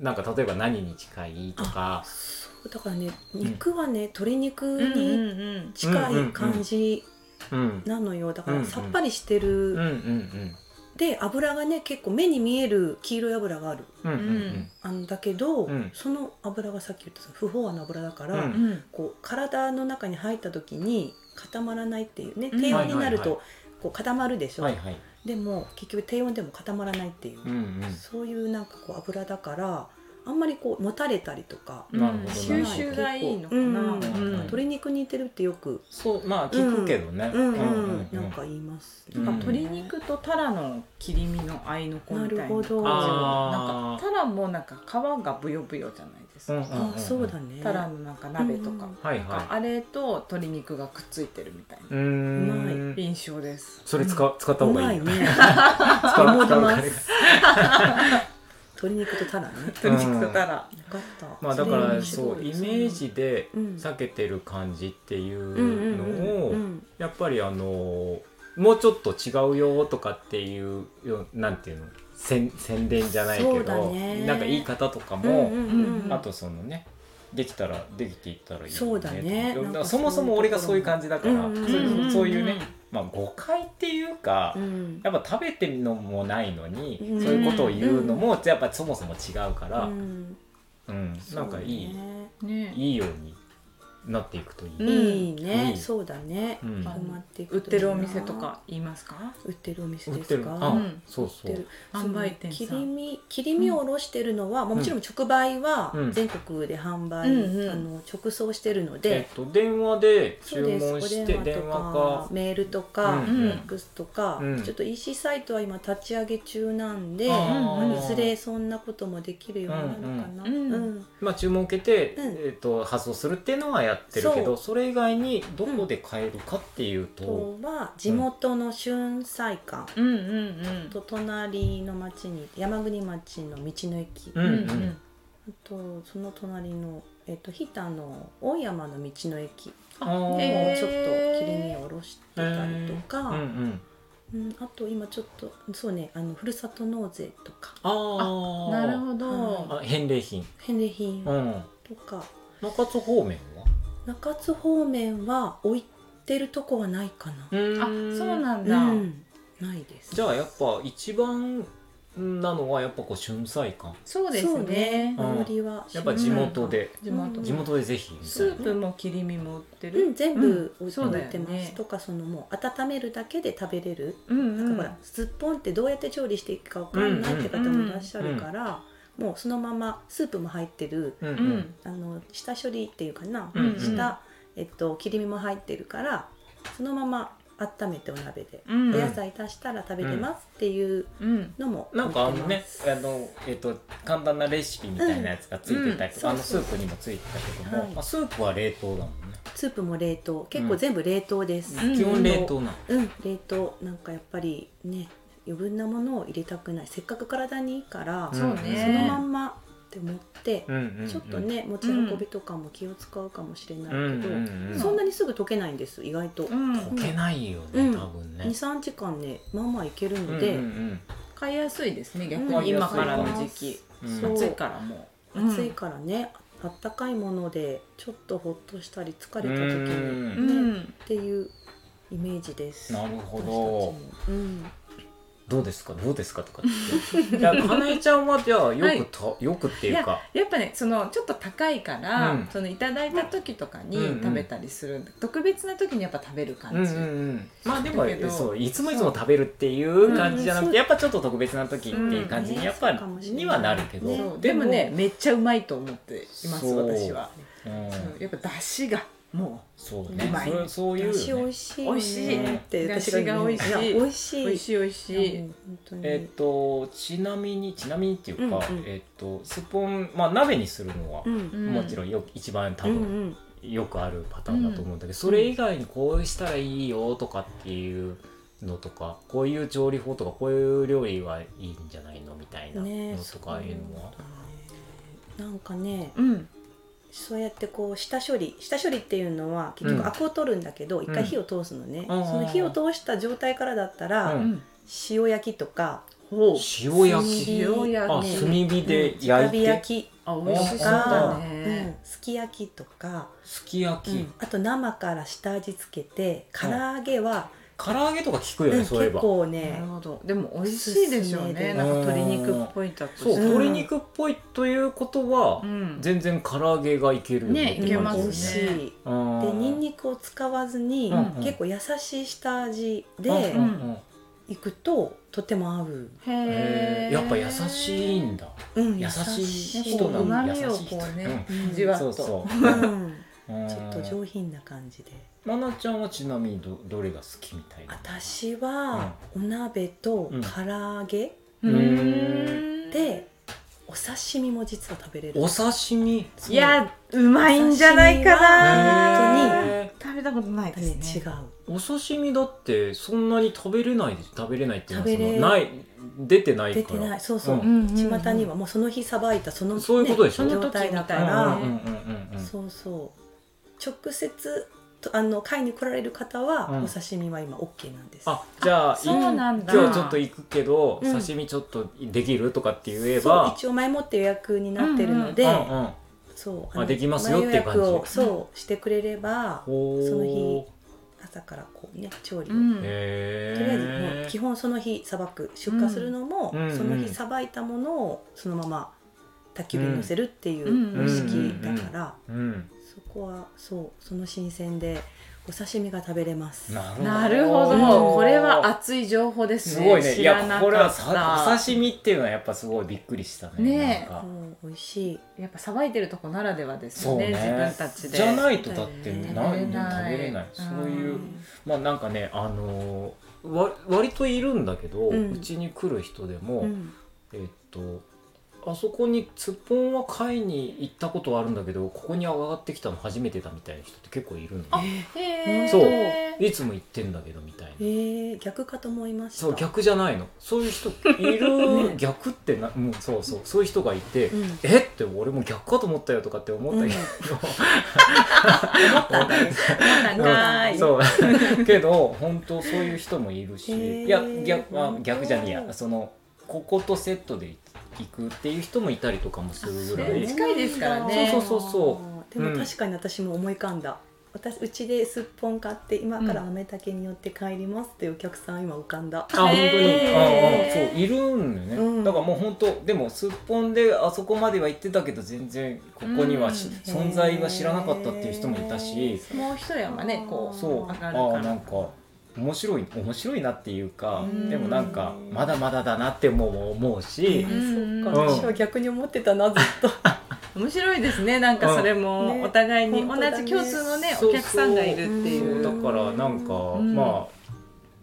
Speaker 1: なんか例えば何に近いとか
Speaker 3: そうだからね肉はね、鶏肉
Speaker 2: うんう
Speaker 3: に
Speaker 2: んうん
Speaker 3: 近い感じ
Speaker 1: うん
Speaker 3: なのよだか
Speaker 1: うんう
Speaker 3: ら
Speaker 1: ん
Speaker 3: さっぱりして
Speaker 1: うんう
Speaker 3: る
Speaker 1: ん
Speaker 3: で油がね結構目に見える黄色い油がある
Speaker 1: うんうん
Speaker 3: あんだけど、
Speaker 1: うんそ
Speaker 3: その油がさっき言った不飽和の油だから、
Speaker 1: うん
Speaker 2: うん
Speaker 3: こう体の中に入った時に固まらないっていうね
Speaker 2: うん
Speaker 3: 低温にな
Speaker 1: はい
Speaker 3: る
Speaker 1: はい
Speaker 3: とこう固まるでし
Speaker 1: う
Speaker 3: ょ、
Speaker 1: んはいはい
Speaker 3: でも結局低温でも固まらないっていう、
Speaker 1: うんうん
Speaker 3: そういうなんかこう油だからあんまりこうもたれたりとか、
Speaker 1: なるほど
Speaker 2: 収集がいいのか
Speaker 3: うん
Speaker 2: な、
Speaker 3: うん
Speaker 1: うん
Speaker 3: 鶏肉に似てるってよく、
Speaker 1: そうまあ聞くけどね
Speaker 3: うんうん
Speaker 1: う
Speaker 3: なんか言います、
Speaker 1: うん
Speaker 2: なんか鶏肉とタラの切り身の合いの子みたいな
Speaker 3: なるほど
Speaker 2: なん
Speaker 1: あ
Speaker 2: か
Speaker 1: ー
Speaker 2: タラもなんか皮がブヨブヨじゃないです
Speaker 1: うん
Speaker 2: か、
Speaker 1: うんん
Speaker 3: あ
Speaker 1: ん
Speaker 3: そうだね
Speaker 2: タラのなんか鍋とか,、
Speaker 3: うん
Speaker 1: はいはい
Speaker 2: なんかあれと鶏肉がくっついてるみたいな
Speaker 1: うーん
Speaker 2: 印象です
Speaker 1: それ使う使った
Speaker 3: う
Speaker 1: 方が
Speaker 3: ま
Speaker 1: いい
Speaker 3: い
Speaker 1: よ
Speaker 3: ね
Speaker 1: 使う使う
Speaker 3: 思い
Speaker 1: あれ
Speaker 3: ま
Speaker 1: が
Speaker 3: す 鶏肉とタラね
Speaker 2: 鶏肉とタラ、
Speaker 3: よかった
Speaker 1: まあだ
Speaker 3: れ
Speaker 1: から
Speaker 3: 面白
Speaker 1: そ
Speaker 3: いう
Speaker 1: イメージで
Speaker 3: うん
Speaker 1: 避けてる感じってい
Speaker 3: うんうん
Speaker 1: う
Speaker 3: うん
Speaker 1: のを
Speaker 3: うん
Speaker 1: やっぱりあのもうちょっと違うよとかっていうよなんていうの宣宣伝じゃないけ
Speaker 3: そうだ
Speaker 1: ど
Speaker 3: ね
Speaker 1: なんか言い方とか
Speaker 3: うん
Speaker 1: も、
Speaker 3: うんうんうん
Speaker 1: あとそのねできたらできていったらいいよね
Speaker 3: そうだね
Speaker 1: と
Speaker 3: なん
Speaker 1: か
Speaker 3: か
Speaker 1: そもそも俺がそういう感じだから、
Speaker 3: うんうん
Speaker 1: そう
Speaker 3: うん
Speaker 1: そういうね、
Speaker 2: んん
Speaker 1: まあ、誤解っていうか、
Speaker 3: うん
Speaker 1: やっぱ食べてるのもないのに、
Speaker 3: うん
Speaker 1: そういうことを言うのもやっぱそもそも違うから、
Speaker 3: う
Speaker 1: うん
Speaker 3: ん
Speaker 1: なんかいい、
Speaker 3: そうね
Speaker 2: ね
Speaker 1: いいようになっていくといい。
Speaker 2: うん
Speaker 3: いい
Speaker 1: いい
Speaker 3: ねそうだね
Speaker 1: うん
Speaker 3: 広まっていく
Speaker 2: 売っ
Speaker 3: といいな
Speaker 2: てるお店とか言いますか
Speaker 3: 売ってるお店
Speaker 1: 売っ
Speaker 3: で
Speaker 1: て
Speaker 3: す
Speaker 1: る
Speaker 3: か
Speaker 1: あ、
Speaker 2: うん
Speaker 1: そうそう
Speaker 3: 売ってる
Speaker 2: 販売店
Speaker 3: 切
Speaker 2: さ
Speaker 3: り
Speaker 2: ん
Speaker 3: 身切り身を卸してるのは、まあもちろん直売は
Speaker 1: うん
Speaker 3: 全国で販売、
Speaker 2: うんうん
Speaker 3: あの直送してるの
Speaker 1: え
Speaker 3: で、
Speaker 1: っと電話で
Speaker 3: そう
Speaker 1: 注
Speaker 3: です
Speaker 1: 文して
Speaker 3: お
Speaker 1: 電
Speaker 3: 電話と
Speaker 1: 話
Speaker 3: か
Speaker 1: か
Speaker 3: メールとか、
Speaker 1: うん
Speaker 3: ファックスとか、
Speaker 1: うん
Speaker 3: ちょっと EC サイトは今立ち上げ中なんで、
Speaker 1: あ
Speaker 2: ー
Speaker 3: いずれそんなこともできるようになるのかな、
Speaker 2: うんうん
Speaker 1: まあ、注文を受けて、
Speaker 3: うん
Speaker 1: えー、と発送するっていうのはやってるけどそれ以外にどこで買えるかっていう
Speaker 3: あ
Speaker 1: と、
Speaker 3: とは地元の春菜館
Speaker 2: うんうんうん
Speaker 3: と隣の町に山国町の道の駅、
Speaker 1: うんうん
Speaker 3: あとその隣のえっと日田の大山の道の駅
Speaker 1: あー
Speaker 3: もう
Speaker 2: へ
Speaker 3: ちょっと
Speaker 2: えー
Speaker 3: 切り身をおろしてたりとか、
Speaker 1: うんうん、
Speaker 3: うん、あと今ちょっとそうねあのふるさと納税とか
Speaker 1: あー
Speaker 2: なるほど
Speaker 1: あ返礼品、
Speaker 3: 返礼品
Speaker 1: うん、
Speaker 3: とか、
Speaker 1: 中津方面は
Speaker 3: 中津方面は置いてるとこはないかな、
Speaker 2: あそうなん
Speaker 3: う
Speaker 2: だ、
Speaker 3: ん、ないです
Speaker 1: じゃあやっぱ一番なのはやっぱこう春菜館
Speaker 2: そうです
Speaker 3: そ
Speaker 2: ね
Speaker 3: うね
Speaker 1: うん
Speaker 3: 周りは
Speaker 1: やっぱ地元で、
Speaker 2: 地元
Speaker 3: うん
Speaker 1: 地元でぜひみたいな
Speaker 2: スープも切り身も売って
Speaker 3: う
Speaker 2: る、
Speaker 3: ん、全部置い
Speaker 2: そうだよ
Speaker 3: てます、
Speaker 2: ね
Speaker 3: とかそのもう温めるだけで食べれる、
Speaker 2: うんうん
Speaker 3: なんかほらすっぽんってどうやって調理していくかわかんないって方もいらっしゃるから、もうそのままスープも入ってる
Speaker 1: うんう
Speaker 2: うんん
Speaker 3: あの下処理っていうかな、
Speaker 1: うんうん
Speaker 3: 下、えっと、切り身も入ってるからそのまま温めてお鍋で、
Speaker 2: うん
Speaker 3: お野菜足したら食べてますっていう
Speaker 2: うん
Speaker 3: のも
Speaker 1: なんかあの
Speaker 3: 売って
Speaker 1: ね
Speaker 3: ます
Speaker 1: あの、えっと簡単なレシピみたいなやつがついてたりとか、
Speaker 3: うん
Speaker 1: あのスープにもついてたけども、
Speaker 3: はい
Speaker 1: まあ、スープは冷凍だもんね、
Speaker 3: スープも冷凍結構全部冷凍です、
Speaker 2: うん
Speaker 1: 基本冷凍なの
Speaker 3: うん、冷凍なんかやっぱりね余分なものを入れたくないせっかく体にいいから、
Speaker 2: そうね
Speaker 3: そのまんまって思って、
Speaker 1: うんうんうん
Speaker 3: ちょっとね持ち運びとかも気を使うかもしれないけ
Speaker 1: う
Speaker 3: ど、
Speaker 1: んうんうん
Speaker 3: そんなにすぐ溶けないんです意外と、
Speaker 2: うん
Speaker 1: 溶けないよね、
Speaker 3: うん
Speaker 1: 多分ね、
Speaker 3: 23時間ねまあまあいける
Speaker 1: うん
Speaker 3: の
Speaker 1: うん
Speaker 3: で、
Speaker 1: うん
Speaker 2: 買いやすいですね逆
Speaker 3: うん
Speaker 2: に今からの時期、
Speaker 1: うん
Speaker 3: そう
Speaker 2: 暑いからもう
Speaker 3: 暑いからねあったかいものでちょっとほっとしたり疲れた時
Speaker 2: う
Speaker 3: に
Speaker 2: ん、うん
Speaker 3: っていうイメージです。
Speaker 1: なるほ
Speaker 3: 私たちもうん、
Speaker 1: どどうですかどうですかとかっていやかなえちゃんはじゃあよくた、よくっていうか
Speaker 2: やっぱねそのちょっと高いから、
Speaker 1: うん
Speaker 2: そのいただいた時とかに
Speaker 1: うんうん
Speaker 2: 食べたりする、特別な時にやっぱ食べる
Speaker 1: うんう
Speaker 2: 感
Speaker 1: ん
Speaker 2: じ、
Speaker 1: うん、まあでも
Speaker 2: だけど
Speaker 1: そういつもいつも食べるっていう感じじゃなくて、
Speaker 3: うん
Speaker 1: やっぱちょっと特別な時っていう感じに
Speaker 3: うん
Speaker 1: やっぱ
Speaker 3: そうかもしれない
Speaker 1: にはなるけど、
Speaker 3: ね
Speaker 2: そうでもねめっちゃうまいと思っています
Speaker 1: そう
Speaker 2: 私は、
Speaker 1: うん
Speaker 2: そうやっぱ出汁がも
Speaker 1: そうね
Speaker 2: うまい
Speaker 1: そそういう
Speaker 3: だし
Speaker 1: よ
Speaker 3: 美
Speaker 1: ね
Speaker 3: 味しい
Speaker 2: 美味しい
Speaker 3: よねって私が言うの
Speaker 2: だしが美味しい
Speaker 3: や美味し
Speaker 2: う
Speaker 3: い
Speaker 2: 美味しい美味しい、
Speaker 3: やもう本当に
Speaker 1: えっとちなみにちなみにっていうか、
Speaker 3: うんうん
Speaker 1: えっとスポンまあ鍋にするのは
Speaker 3: う、ん
Speaker 2: う
Speaker 1: もちろんよ一番多分、
Speaker 3: うんうん
Speaker 1: よくあるパターンだと思うんだけど、それ以外にこうしたらいいよとかっていうのとかこういう調理法とかこういう料理はいいんじゃないのみたいな
Speaker 3: ね
Speaker 1: のとかいうのは、
Speaker 3: なんかね
Speaker 2: うん
Speaker 3: そうやってこう下処理下処理っていうのは結
Speaker 1: うん
Speaker 3: 局アクを取るんだけど一、
Speaker 1: うん
Speaker 3: 回火を通すのね、
Speaker 1: あー
Speaker 3: その火を通した状態からだったら、
Speaker 1: うん
Speaker 3: 塩焼きとか
Speaker 2: ほう
Speaker 1: 塩焼き
Speaker 2: 塩
Speaker 3: 塩
Speaker 2: 焼
Speaker 3: 焼
Speaker 2: き
Speaker 1: あ
Speaker 3: ね
Speaker 1: 炭火で
Speaker 3: 直
Speaker 1: 焼い
Speaker 3: 火
Speaker 1: て、
Speaker 3: 焼き
Speaker 2: あ美
Speaker 1: 美
Speaker 2: 味
Speaker 1: 味
Speaker 2: し
Speaker 1: し
Speaker 2: そ
Speaker 1: そうう
Speaker 2: だ
Speaker 1: だ
Speaker 3: うん
Speaker 2: ね、、
Speaker 3: すき焼きとか、
Speaker 1: すき焼
Speaker 3: う
Speaker 1: き、
Speaker 3: んあと生から下味つけて唐揚げは
Speaker 1: 唐揚げとか聞くよ
Speaker 3: うん
Speaker 1: ね、そういえ
Speaker 3: 結
Speaker 1: ば。
Speaker 3: 構
Speaker 2: なる
Speaker 3: ね
Speaker 2: ほどでも美味しいでしょう
Speaker 3: おす
Speaker 2: ね
Speaker 3: すめです
Speaker 2: なんか鶏肉っぽいだと
Speaker 1: そう、
Speaker 3: うん
Speaker 1: 鶏肉っぽいということは
Speaker 2: う、ん
Speaker 1: 全然唐揚げがいけるよ
Speaker 2: ね
Speaker 1: ね。
Speaker 2: いけますね
Speaker 3: 美味しい
Speaker 1: あー。
Speaker 3: でニンニクを使わずに、
Speaker 1: うんうん
Speaker 3: 結構優しい下味
Speaker 1: うん
Speaker 3: で
Speaker 1: うんうん
Speaker 3: いくととても合う、
Speaker 1: へ
Speaker 2: へ
Speaker 1: ー
Speaker 2: え
Speaker 1: やっぱ優しいんだ。
Speaker 3: うん、
Speaker 1: 優しい
Speaker 2: ね
Speaker 1: 人
Speaker 2: こう
Speaker 1: なんだ。
Speaker 2: 旨味を
Speaker 1: 優しい人
Speaker 2: こうね
Speaker 3: うん
Speaker 2: じわっ
Speaker 1: そ
Speaker 2: と
Speaker 1: うそ
Speaker 3: うん
Speaker 1: う。うん
Speaker 3: ちょっと上品な感じで
Speaker 1: まなちゃんはちなみにどどれが好きみたいな。
Speaker 3: 私はお鍋と唐揚げ
Speaker 2: う
Speaker 1: うん
Speaker 2: ん
Speaker 3: でお刺身も実は食べれる
Speaker 1: お刺身。
Speaker 2: いやうまいんじゃないかな
Speaker 3: へ
Speaker 1: えー
Speaker 2: 食べたことないで
Speaker 3: ね
Speaker 2: す
Speaker 3: 違
Speaker 2: ね
Speaker 3: う
Speaker 1: お刺身だってそんなに食べれないで食べれないっていうのはそ
Speaker 3: 食べ
Speaker 1: の
Speaker 3: れ
Speaker 1: ない出てない
Speaker 3: 出
Speaker 1: か
Speaker 3: て
Speaker 1: ら。
Speaker 3: ないそうそう、
Speaker 1: うん
Speaker 3: 巷にはもうその日さばいたその、
Speaker 1: そういうことでしょ
Speaker 3: その状態だか
Speaker 2: その時みたいな
Speaker 3: ら
Speaker 1: うん、うんうんうんうん
Speaker 3: そうそう直接とあの買いに来られる方は、
Speaker 1: うん
Speaker 3: お刺身は今 OK なんです
Speaker 1: あじゃあい
Speaker 2: そうなんだ
Speaker 1: 今日ちょっと行くけど、
Speaker 3: うん
Speaker 1: 刺身ちょっとできるとかって言え
Speaker 3: そう
Speaker 1: ば。
Speaker 3: 一応前もって予約になってるので、
Speaker 1: うんうん
Speaker 3: そう
Speaker 1: あ
Speaker 3: の
Speaker 1: できますよっていう感じ
Speaker 3: 前予約をそうしてくれれば
Speaker 1: おー
Speaker 3: その日朝からこうね調理を、
Speaker 2: うん
Speaker 1: へー
Speaker 3: とりあえずもう基本その日さばく出荷するのも、
Speaker 1: うん
Speaker 3: その日さばいたものをそのまま焚き火に乗せるっていう
Speaker 2: うん
Speaker 3: 方式だから、
Speaker 1: うん、
Speaker 3: そこはそうその新鮮でお刺身が食べれます。
Speaker 1: な
Speaker 2: なるほ
Speaker 3: う
Speaker 2: ど
Speaker 3: ん
Speaker 2: これは熱い情報です
Speaker 1: す
Speaker 2: ね
Speaker 1: ごいねい
Speaker 2: 知らなか
Speaker 1: や
Speaker 2: った
Speaker 1: これはさお刺身っていうのはやっぱすごいびっくりしたね
Speaker 2: ねえ
Speaker 1: なんか
Speaker 3: うん美味しい。
Speaker 2: やっぱさばいてるとこならではです
Speaker 1: そう
Speaker 2: よね
Speaker 1: ね
Speaker 2: 自分たちで
Speaker 1: じゃないとだって
Speaker 3: 食べれ
Speaker 1: な
Speaker 3: ないい
Speaker 1: 食べれないそういううんまあなんかねあのーわ割といるんだけど
Speaker 3: うん
Speaker 1: うち、に来る人でも、
Speaker 3: うん
Speaker 1: えっとあそこにすっぽんは買いに行ったことはあるんだけどここに上がってきたの初めてだみたいな人って結構いるのね
Speaker 2: へー
Speaker 1: そういつも行ってんだけどみたいな
Speaker 3: えー、逆かと思いました。
Speaker 1: そう逆じゃないのそういう人い る逆ってな、うん、そうそうそういう人がいて、
Speaker 3: うん。思
Speaker 1: えって俺も逆かと思ったよとかって思ったけ
Speaker 3: ったんだね。
Speaker 1: ど、
Speaker 2: 長い
Speaker 1: そうけど本当そういう人もいるし、
Speaker 3: へー
Speaker 1: いや逆,、まあ
Speaker 3: 本、当
Speaker 1: 逆じゃねえやそのこことセットで行くっていう人もいたりとかもするぐらい
Speaker 2: あ近いですからね
Speaker 1: そうそうそうそう
Speaker 3: でも確かに私も思い浮かんだ。私うちですっぽん買って今から雨竹によって帰りますっていうお客さん今浮かん
Speaker 1: あ
Speaker 3: だ。
Speaker 1: 本当に、
Speaker 2: へー
Speaker 1: うんうん、そういるんだよね、
Speaker 3: うん
Speaker 1: だからもう本当でもすっぽんであそこまでは行ってたけど全然ここにはし、
Speaker 2: うん
Speaker 1: 存在が知らなかったっていう人もいたし、
Speaker 2: もう一山ねこう
Speaker 1: そう
Speaker 2: 上
Speaker 1: あ
Speaker 2: がるから
Speaker 1: ーなんか面白い面白いなっていうか
Speaker 3: うん
Speaker 1: でもなんかまだまだだなっても思うし
Speaker 2: う、ん
Speaker 3: そっ
Speaker 1: う
Speaker 3: か
Speaker 1: ん
Speaker 3: 私は逆に思ってたなずっと。
Speaker 2: 面白いですねなんかそれも、
Speaker 3: うんね
Speaker 2: お互いに同
Speaker 3: 本当だね
Speaker 2: じ共通の
Speaker 1: そ
Speaker 2: ね
Speaker 1: うそう
Speaker 2: お客さんがいるっていううん
Speaker 1: だからなんか、
Speaker 2: ん
Speaker 1: まあ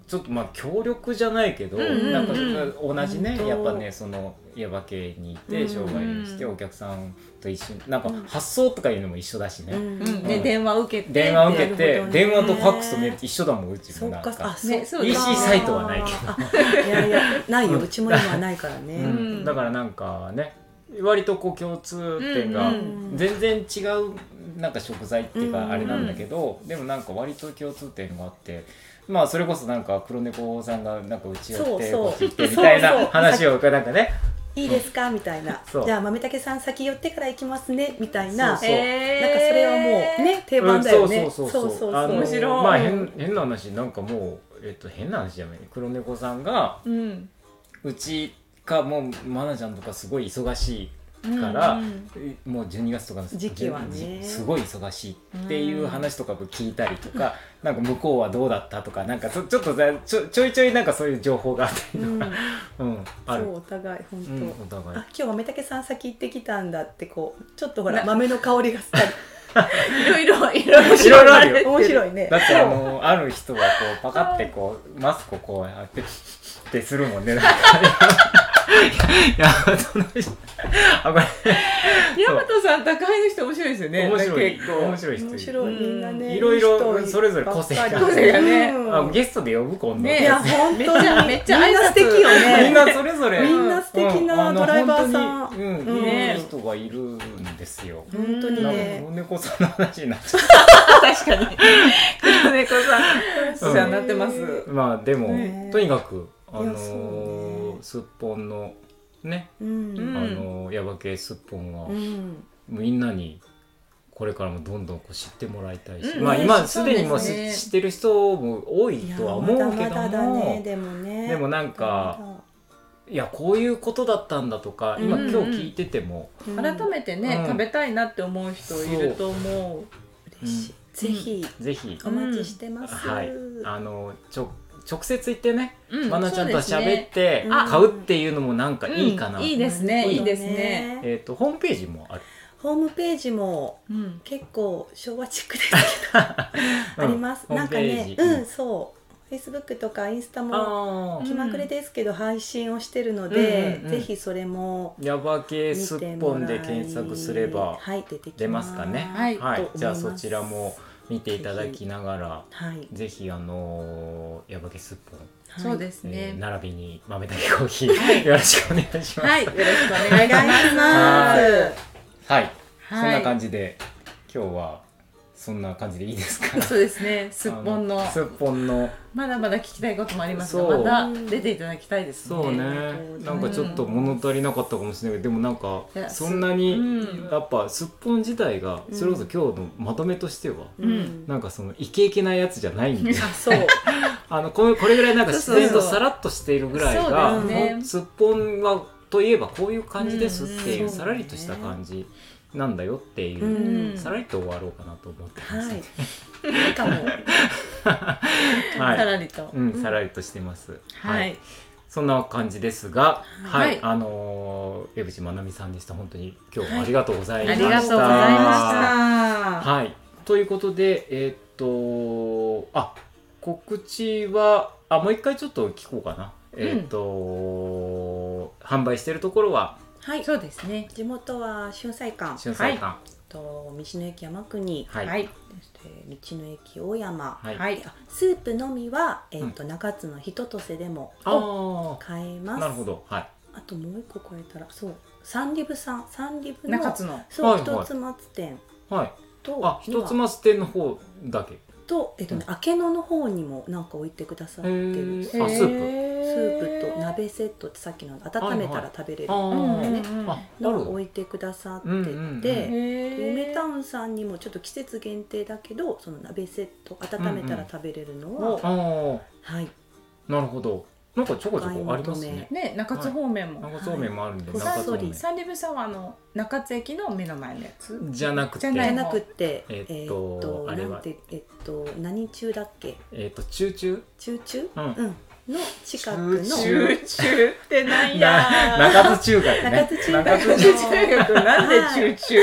Speaker 1: ちょっとまあ協力じゃないけど、
Speaker 2: うんうんうん
Speaker 1: なんか同じね
Speaker 3: 本当
Speaker 1: やっぱねその耶馬渓にいて商売して
Speaker 2: うん
Speaker 1: お客さんと一緒になんか発想とかいうのも一緒だしね、
Speaker 3: うん
Speaker 2: うんね
Speaker 1: うん
Speaker 2: 電話を受けて
Speaker 1: 電話受け
Speaker 3: な
Speaker 1: て、
Speaker 3: るほどね
Speaker 1: 電話とファックスね一緒だもんうち
Speaker 3: そ
Speaker 1: も
Speaker 3: っ
Speaker 1: なん
Speaker 3: かあ
Speaker 1: か。
Speaker 3: そう
Speaker 2: ねそうだ
Speaker 1: EC サイトはないけど
Speaker 3: ど。いやいやないようちも今はないから
Speaker 1: う
Speaker 3: ね。
Speaker 1: ん、だからなんかね割とこう共通点が
Speaker 2: うんうん
Speaker 1: 全然違うなんか食材っていう
Speaker 3: うんう
Speaker 1: か
Speaker 3: ん
Speaker 1: あれなんだけど、でもなんか割と共通点があって。まあそれこそなんか黒猫さんがなんかうち寄って
Speaker 3: そうそう
Speaker 1: こっち行ってみたい
Speaker 3: そうそ
Speaker 1: な
Speaker 3: う
Speaker 1: 話をなんかね
Speaker 3: いいですかみたいな。
Speaker 1: そう
Speaker 3: じゃあ豆竹さん先寄ってから行きますねみたいな。
Speaker 1: そう
Speaker 2: へー
Speaker 3: なんかそれはもうね定番だよね。
Speaker 1: うんそうそうそうそうあの
Speaker 2: 面白い
Speaker 1: まあ変変な話なんかもうえっと変な話じゃない黒猫さんが
Speaker 2: うん
Speaker 1: うちかもうマナちゃんとかすごい忙しいから
Speaker 2: うん
Speaker 1: もう12月とかの
Speaker 3: 時期はね
Speaker 1: じすごい忙しいっていう話とかも聞いたりとか、なんか向こうはどうだったとかなんかちょちょっとさちょちょいちょいなんかそういう情報があ ったりとか、
Speaker 3: うん
Speaker 1: うんある
Speaker 3: そうお互い本当、
Speaker 1: うん、お
Speaker 3: あ
Speaker 1: 互い
Speaker 3: 今日豆竹さん先行ってきたんだってこうちょっとほ
Speaker 2: な
Speaker 3: ら豆の香りがしたり
Speaker 2: いろいろいろ
Speaker 1: いろいろ あるよ
Speaker 3: 面
Speaker 2: い
Speaker 3: 白いね
Speaker 1: だってあのある人はこうパカってこうマスクをこうやってってするもんねなんかいやその人あこ
Speaker 2: 大和さん宅配の人面白いですよ
Speaker 1: れ
Speaker 2: ね
Speaker 1: 面白い
Speaker 2: 結構
Speaker 1: 面白い人
Speaker 3: 面
Speaker 1: いる
Speaker 3: 白い、
Speaker 2: うん
Speaker 3: みんなね
Speaker 1: いろいろ
Speaker 3: 人ばっかり
Speaker 1: それぞれ個性が
Speaker 2: 個性がね
Speaker 3: うん
Speaker 1: あゲストで呼ぶ今度、
Speaker 2: ね
Speaker 3: いや本
Speaker 2: めっち
Speaker 3: 当
Speaker 2: ゃ
Speaker 3: に
Speaker 2: めっちゃ挨拶
Speaker 3: みんな素敵よ
Speaker 1: み ん
Speaker 3: ね
Speaker 1: なそれぞれ
Speaker 3: みんな素敵なドライバーさん
Speaker 1: うあの本当にうん、
Speaker 2: ね
Speaker 1: いい人がいるんですよ。
Speaker 3: 本当に
Speaker 1: なんか
Speaker 3: ね
Speaker 1: 黒猫さんの話になっちゃ
Speaker 2: 確かに黒猫さんお世話になってます、
Speaker 1: う。まあでも、
Speaker 3: ね
Speaker 1: とにかくあ
Speaker 3: い
Speaker 1: の
Speaker 3: やそう
Speaker 1: ー
Speaker 3: ね
Speaker 1: すっぽんのね、
Speaker 3: うん
Speaker 1: あのーヤバ系すっぽんは
Speaker 3: うん
Speaker 1: みんなにこれからもどんどんこう知ってもらいたいし、
Speaker 2: うん
Speaker 1: まあ
Speaker 3: ね
Speaker 1: 今すでにもう
Speaker 3: そうですね
Speaker 1: 知ってる人も多い
Speaker 3: いや
Speaker 1: とは思うけども
Speaker 3: まだまだだねでもね
Speaker 1: でもなんかいやこういうことだったんだとか今
Speaker 2: うん
Speaker 1: 今
Speaker 2: うん
Speaker 1: 日聞いてても、
Speaker 3: まだまだ
Speaker 2: 改めてね、
Speaker 1: うん
Speaker 2: 食べたいなって思う人いると思う
Speaker 3: うん嬉しいぜひ
Speaker 1: ぜひ、
Speaker 3: お待ちしてます、
Speaker 1: はいあのちょ直接行ってね
Speaker 2: う
Speaker 1: まなちゃんと
Speaker 2: そうです
Speaker 1: 喋っ
Speaker 2: ね
Speaker 1: て、
Speaker 3: うん
Speaker 1: 買うっていうのもなんかいいかな、
Speaker 2: うんいいですね
Speaker 1: いいです
Speaker 2: ね
Speaker 1: えっ、とホームページもある、
Speaker 3: ホームページも
Speaker 2: うん
Speaker 3: 結構昭和チックですけどあります、
Speaker 1: うん
Speaker 3: なんかね
Speaker 1: ホームページ
Speaker 3: うんそうフェイスブックとかインスタも
Speaker 1: あ
Speaker 3: 気
Speaker 1: ー
Speaker 3: まぐれですけど配信をしてるので、
Speaker 1: うんうんうん
Speaker 3: ぜひそれも
Speaker 1: ヤバ系す
Speaker 3: 見
Speaker 1: ってぽ
Speaker 3: もら
Speaker 1: ん
Speaker 3: い
Speaker 1: で検索すれば
Speaker 3: はい、出てき
Speaker 1: 出ますかね
Speaker 2: はい
Speaker 1: はい、
Speaker 3: と思います
Speaker 1: じゃあそちらも見ていただきながら
Speaker 3: はい、
Speaker 1: ぜひあのー、ヤバ系すっぽん、
Speaker 2: そうですす
Speaker 1: え
Speaker 2: ね
Speaker 1: ー、、並びに豆だけコーヒー よろしくお願いします
Speaker 2: はいよろしくお願いし
Speaker 3: お願いしま
Speaker 2: ますす
Speaker 1: はい
Speaker 2: はい
Speaker 1: そんな感じで今日はそんな感じでいいですか
Speaker 2: そうですねすっぽんの
Speaker 1: あすっぽんの
Speaker 2: まだまだ聞きたいこともあります
Speaker 1: そ
Speaker 2: が
Speaker 1: う
Speaker 2: また出ていただきたいですね
Speaker 1: そうね
Speaker 3: ね
Speaker 1: なんかちょっと物足りなかったかもしれないけどでもなんか
Speaker 2: いや
Speaker 1: そんなに
Speaker 2: うん
Speaker 1: やっぱすっぽん自体が
Speaker 3: うん
Speaker 1: それこそ今日のまとめとしては
Speaker 2: うん
Speaker 1: なんかそのイケイケなやつじゃないん で
Speaker 3: あそう
Speaker 1: あのこれこれぐらいなんか自然
Speaker 2: そう
Speaker 1: と
Speaker 2: そう
Speaker 1: さらっとしているぐらいが
Speaker 3: そうだ
Speaker 2: よね
Speaker 1: ほんすっぽんはといえばこういう感じですってい
Speaker 3: うん
Speaker 1: う
Speaker 3: うん
Speaker 1: さらりとした感じなんだよっていうう、
Speaker 3: ん
Speaker 1: さらりと終わろうかなと思ってます、
Speaker 3: はいいいかも
Speaker 1: は
Speaker 2: さらりと、
Speaker 1: うん、さらりとしてます。
Speaker 2: はい、
Speaker 1: そんな感じですが、は、
Speaker 3: はい
Speaker 2: い
Speaker 1: あのー江口まなみさんでした。本当に今日はありがとうございま
Speaker 2: あ
Speaker 1: し
Speaker 2: り
Speaker 1: た。
Speaker 2: がとうございました
Speaker 1: はい、ということで、えーっと、あ、告知は、あ、もう一回ちょっと聞こうかな。えーっと、販売しているところは、
Speaker 3: はい
Speaker 2: そうですね。
Speaker 3: 地元は春菜館
Speaker 1: 春菜館、は
Speaker 3: と道の駅山国
Speaker 1: い、
Speaker 2: はい。
Speaker 3: そして道の駅大山、
Speaker 1: はい
Speaker 2: はい
Speaker 3: で。あスープのみは、えーと中津の一とせでも
Speaker 1: あー
Speaker 3: 買えます
Speaker 1: なるほど、はい、
Speaker 3: あともう一個超えたらそうサンリブさんサンリブの
Speaker 2: 中津の。
Speaker 3: そう、
Speaker 1: はいはい
Speaker 3: 一つ松店
Speaker 1: はい、
Speaker 3: と
Speaker 1: あ、一つ
Speaker 3: には
Speaker 1: 松店の方だけ。
Speaker 3: とえっとね明野の方にもなんか置いてくださってる
Speaker 1: へ
Speaker 3: ス
Speaker 1: ーあスープ
Speaker 3: ープと鍋セットってさっきの温めたら食べれる
Speaker 1: あー、
Speaker 2: うんうんうん
Speaker 1: あ、な
Speaker 3: の
Speaker 1: る
Speaker 3: を
Speaker 1: ほど
Speaker 3: 置。いてくださ
Speaker 1: うん
Speaker 3: っ
Speaker 1: う
Speaker 3: て
Speaker 1: んうん
Speaker 3: て
Speaker 2: へ
Speaker 3: 梅タ
Speaker 2: ン。
Speaker 3: ウンさんにもちょっと季節限定だけどその鍋セット温めたら食べれるのは、
Speaker 1: あー
Speaker 3: はい
Speaker 1: なるほど。なんかちょこちょこありますね。
Speaker 2: ね、中津方面
Speaker 1: なん
Speaker 2: も。
Speaker 1: かそうめんもあるんで、
Speaker 3: はい
Speaker 1: なんかそうめ
Speaker 3: ご
Speaker 1: ん
Speaker 3: っ。
Speaker 2: サンリブさんはあの中津駅の目の前のやつ。
Speaker 1: じゃなくて、
Speaker 2: じゃ
Speaker 3: じ
Speaker 2: い
Speaker 3: ゃなくて
Speaker 1: え
Speaker 3: え
Speaker 1: っ
Speaker 3: っ
Speaker 1: と
Speaker 3: と,、
Speaker 1: あれは
Speaker 3: なんてえっと何中だっけ
Speaker 1: えっ、と中中
Speaker 3: 中中、
Speaker 1: うん
Speaker 3: の近くの
Speaker 1: 中中
Speaker 2: 中ってなん
Speaker 1: な 中津中華ね。
Speaker 3: 中津中華
Speaker 1: 中津
Speaker 2: 中学なんで中中。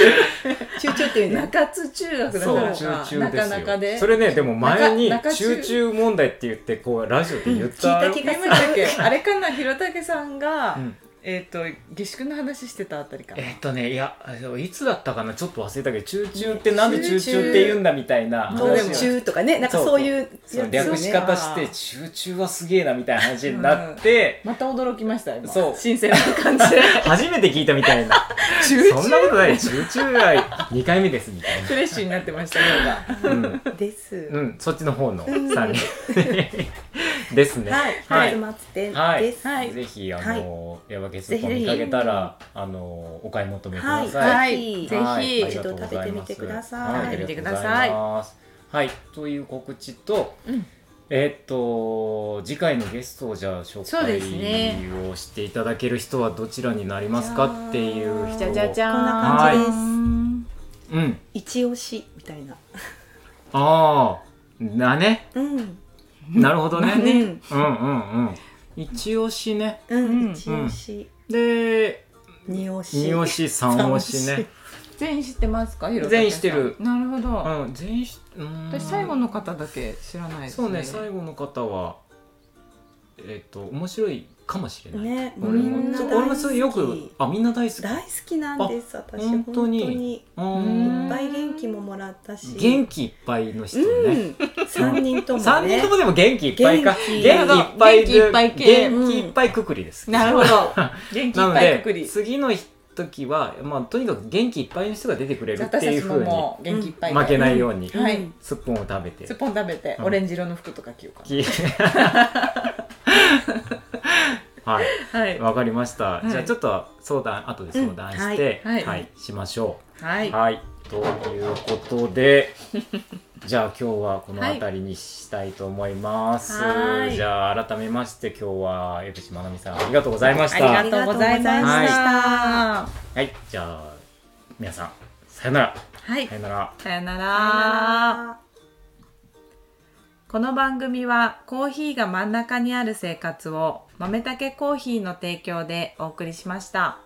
Speaker 3: 中中っていう ね
Speaker 2: 中津中学だか
Speaker 1: そう
Speaker 2: ら
Speaker 1: 中
Speaker 2: か。
Speaker 1: 中
Speaker 2: な
Speaker 1: で
Speaker 2: か
Speaker 1: す
Speaker 2: な
Speaker 1: よ
Speaker 2: かで。
Speaker 1: それねでも前に
Speaker 2: 中中
Speaker 1: 中中問題って言ってこうラジオで言った、
Speaker 3: うん聞いた気が
Speaker 2: なんだっけあれかな、広武さんが、
Speaker 1: うん
Speaker 2: えっと、下宿の話してたあたりかな。
Speaker 1: えっとねいやいつだったかなちょっと忘れたけど中中ってなんで中中って言うんだみたいな
Speaker 2: 中
Speaker 1: 話
Speaker 3: 東
Speaker 1: を
Speaker 3: 中とかねなんかそういうやつ
Speaker 1: そ
Speaker 3: よ
Speaker 1: の
Speaker 3: ね
Speaker 1: 略し方して中中はすげえなみたいな話になって、
Speaker 2: また驚きました今
Speaker 1: そう
Speaker 2: 新鮮な感じで
Speaker 1: 初めて聞いたみたいな
Speaker 2: 中
Speaker 1: そんなことない中中は2回目ですみたいな。
Speaker 2: フレッシュになってましたよが
Speaker 1: うん
Speaker 3: です、
Speaker 1: うん、そっちの方の3人ですね。
Speaker 3: はい、
Speaker 1: は
Speaker 3: はいい、末店
Speaker 1: はい
Speaker 3: です。
Speaker 2: はい
Speaker 1: ぜひあのヤバケス
Speaker 3: ぜひ
Speaker 1: ポ
Speaker 3: ぜひ
Speaker 1: 見かけたらあのお買い求めください。
Speaker 3: は
Speaker 2: はい
Speaker 3: い
Speaker 2: ぜ
Speaker 1: はい
Speaker 2: ひ
Speaker 1: ありがとうございます
Speaker 3: 一度食べてみてください
Speaker 1: はい、
Speaker 2: 食べてくだ
Speaker 1: あ
Speaker 2: さい
Speaker 1: りがとうござますはい、という告知と、
Speaker 2: うん
Speaker 1: えーっと次回のゲストをじゃあ紹
Speaker 2: そうですね
Speaker 1: 介をしていただける人はどちらになりますかっていう人を
Speaker 2: じゃじゃじゃー
Speaker 3: こんな感じです
Speaker 2: は
Speaker 1: うん、
Speaker 3: 一押しみたいな。
Speaker 1: ああ、だね、
Speaker 3: うん、
Speaker 1: なるほ どね。
Speaker 2: だね
Speaker 1: うんうんうん。一押しね。
Speaker 3: う
Speaker 2: うん
Speaker 3: ん、一押し、
Speaker 1: で、
Speaker 3: 二押し。
Speaker 1: 二押し三押しね。
Speaker 2: い全員知ってますか広田さん
Speaker 1: 全員知ってる
Speaker 2: なるほど、
Speaker 1: うん、全員し、うーん
Speaker 2: 私最後の方だけ知らないです
Speaker 1: そうね、最後の方は。えっ、と、面白いかもしれない。
Speaker 3: ね、
Speaker 1: 俺
Speaker 3: みん
Speaker 1: も、
Speaker 3: な
Speaker 1: そう
Speaker 3: 大好き
Speaker 1: 俺もそうよく、あ、みんな大好き。
Speaker 3: 大好きなんです。私
Speaker 1: 本
Speaker 3: 本
Speaker 1: 当
Speaker 3: 当
Speaker 1: に
Speaker 3: に。
Speaker 1: う
Speaker 3: い
Speaker 1: ーん
Speaker 3: っぱい元気ももらったし。
Speaker 1: 元気いっぱいの人ね。
Speaker 3: うん、三人ともね。
Speaker 1: 三人ともでも元気いっぱいか。
Speaker 3: 元気
Speaker 1: 元気いっぱいで。
Speaker 2: 元気いっぱい系
Speaker 1: 元気いっぱいくくりです。
Speaker 2: なるほど 元気い
Speaker 1: な
Speaker 2: っ
Speaker 1: の
Speaker 2: ぱいくく
Speaker 1: で
Speaker 2: り
Speaker 1: 次の時は、まあ、とにかく元気いっぱいの人が出てくれるっ
Speaker 2: 私
Speaker 1: てい
Speaker 2: た
Speaker 1: う
Speaker 2: ち
Speaker 1: ふ
Speaker 2: も
Speaker 1: うに
Speaker 2: もう元気いっぱいで
Speaker 1: 負けないように、
Speaker 3: うん
Speaker 2: はい
Speaker 3: うん
Speaker 1: すっぽんを食べて
Speaker 2: スッポン食べて、
Speaker 1: うん
Speaker 2: オレンジ色の服とか着ようか
Speaker 1: き はい
Speaker 2: なはい
Speaker 1: わかりました、
Speaker 2: い
Speaker 1: じゃあちょっと相談後で相談して、
Speaker 2: うんはいはい
Speaker 1: しましょ
Speaker 2: は
Speaker 1: う
Speaker 2: い
Speaker 1: はい、ということ でじゃあ今日はこの辺りにしたいと思います、
Speaker 3: はい
Speaker 1: じゃあ改めまして今日は江口まなみさんありがとうございまし
Speaker 2: あ
Speaker 1: た
Speaker 2: りがとうございました。は
Speaker 1: はいじゃあ皆さんさよなら
Speaker 3: はい
Speaker 1: さよなら
Speaker 2: いさよなら。この番組はコーヒーが真ん中にある生活を豆たけコーヒーの提供でお送りしました。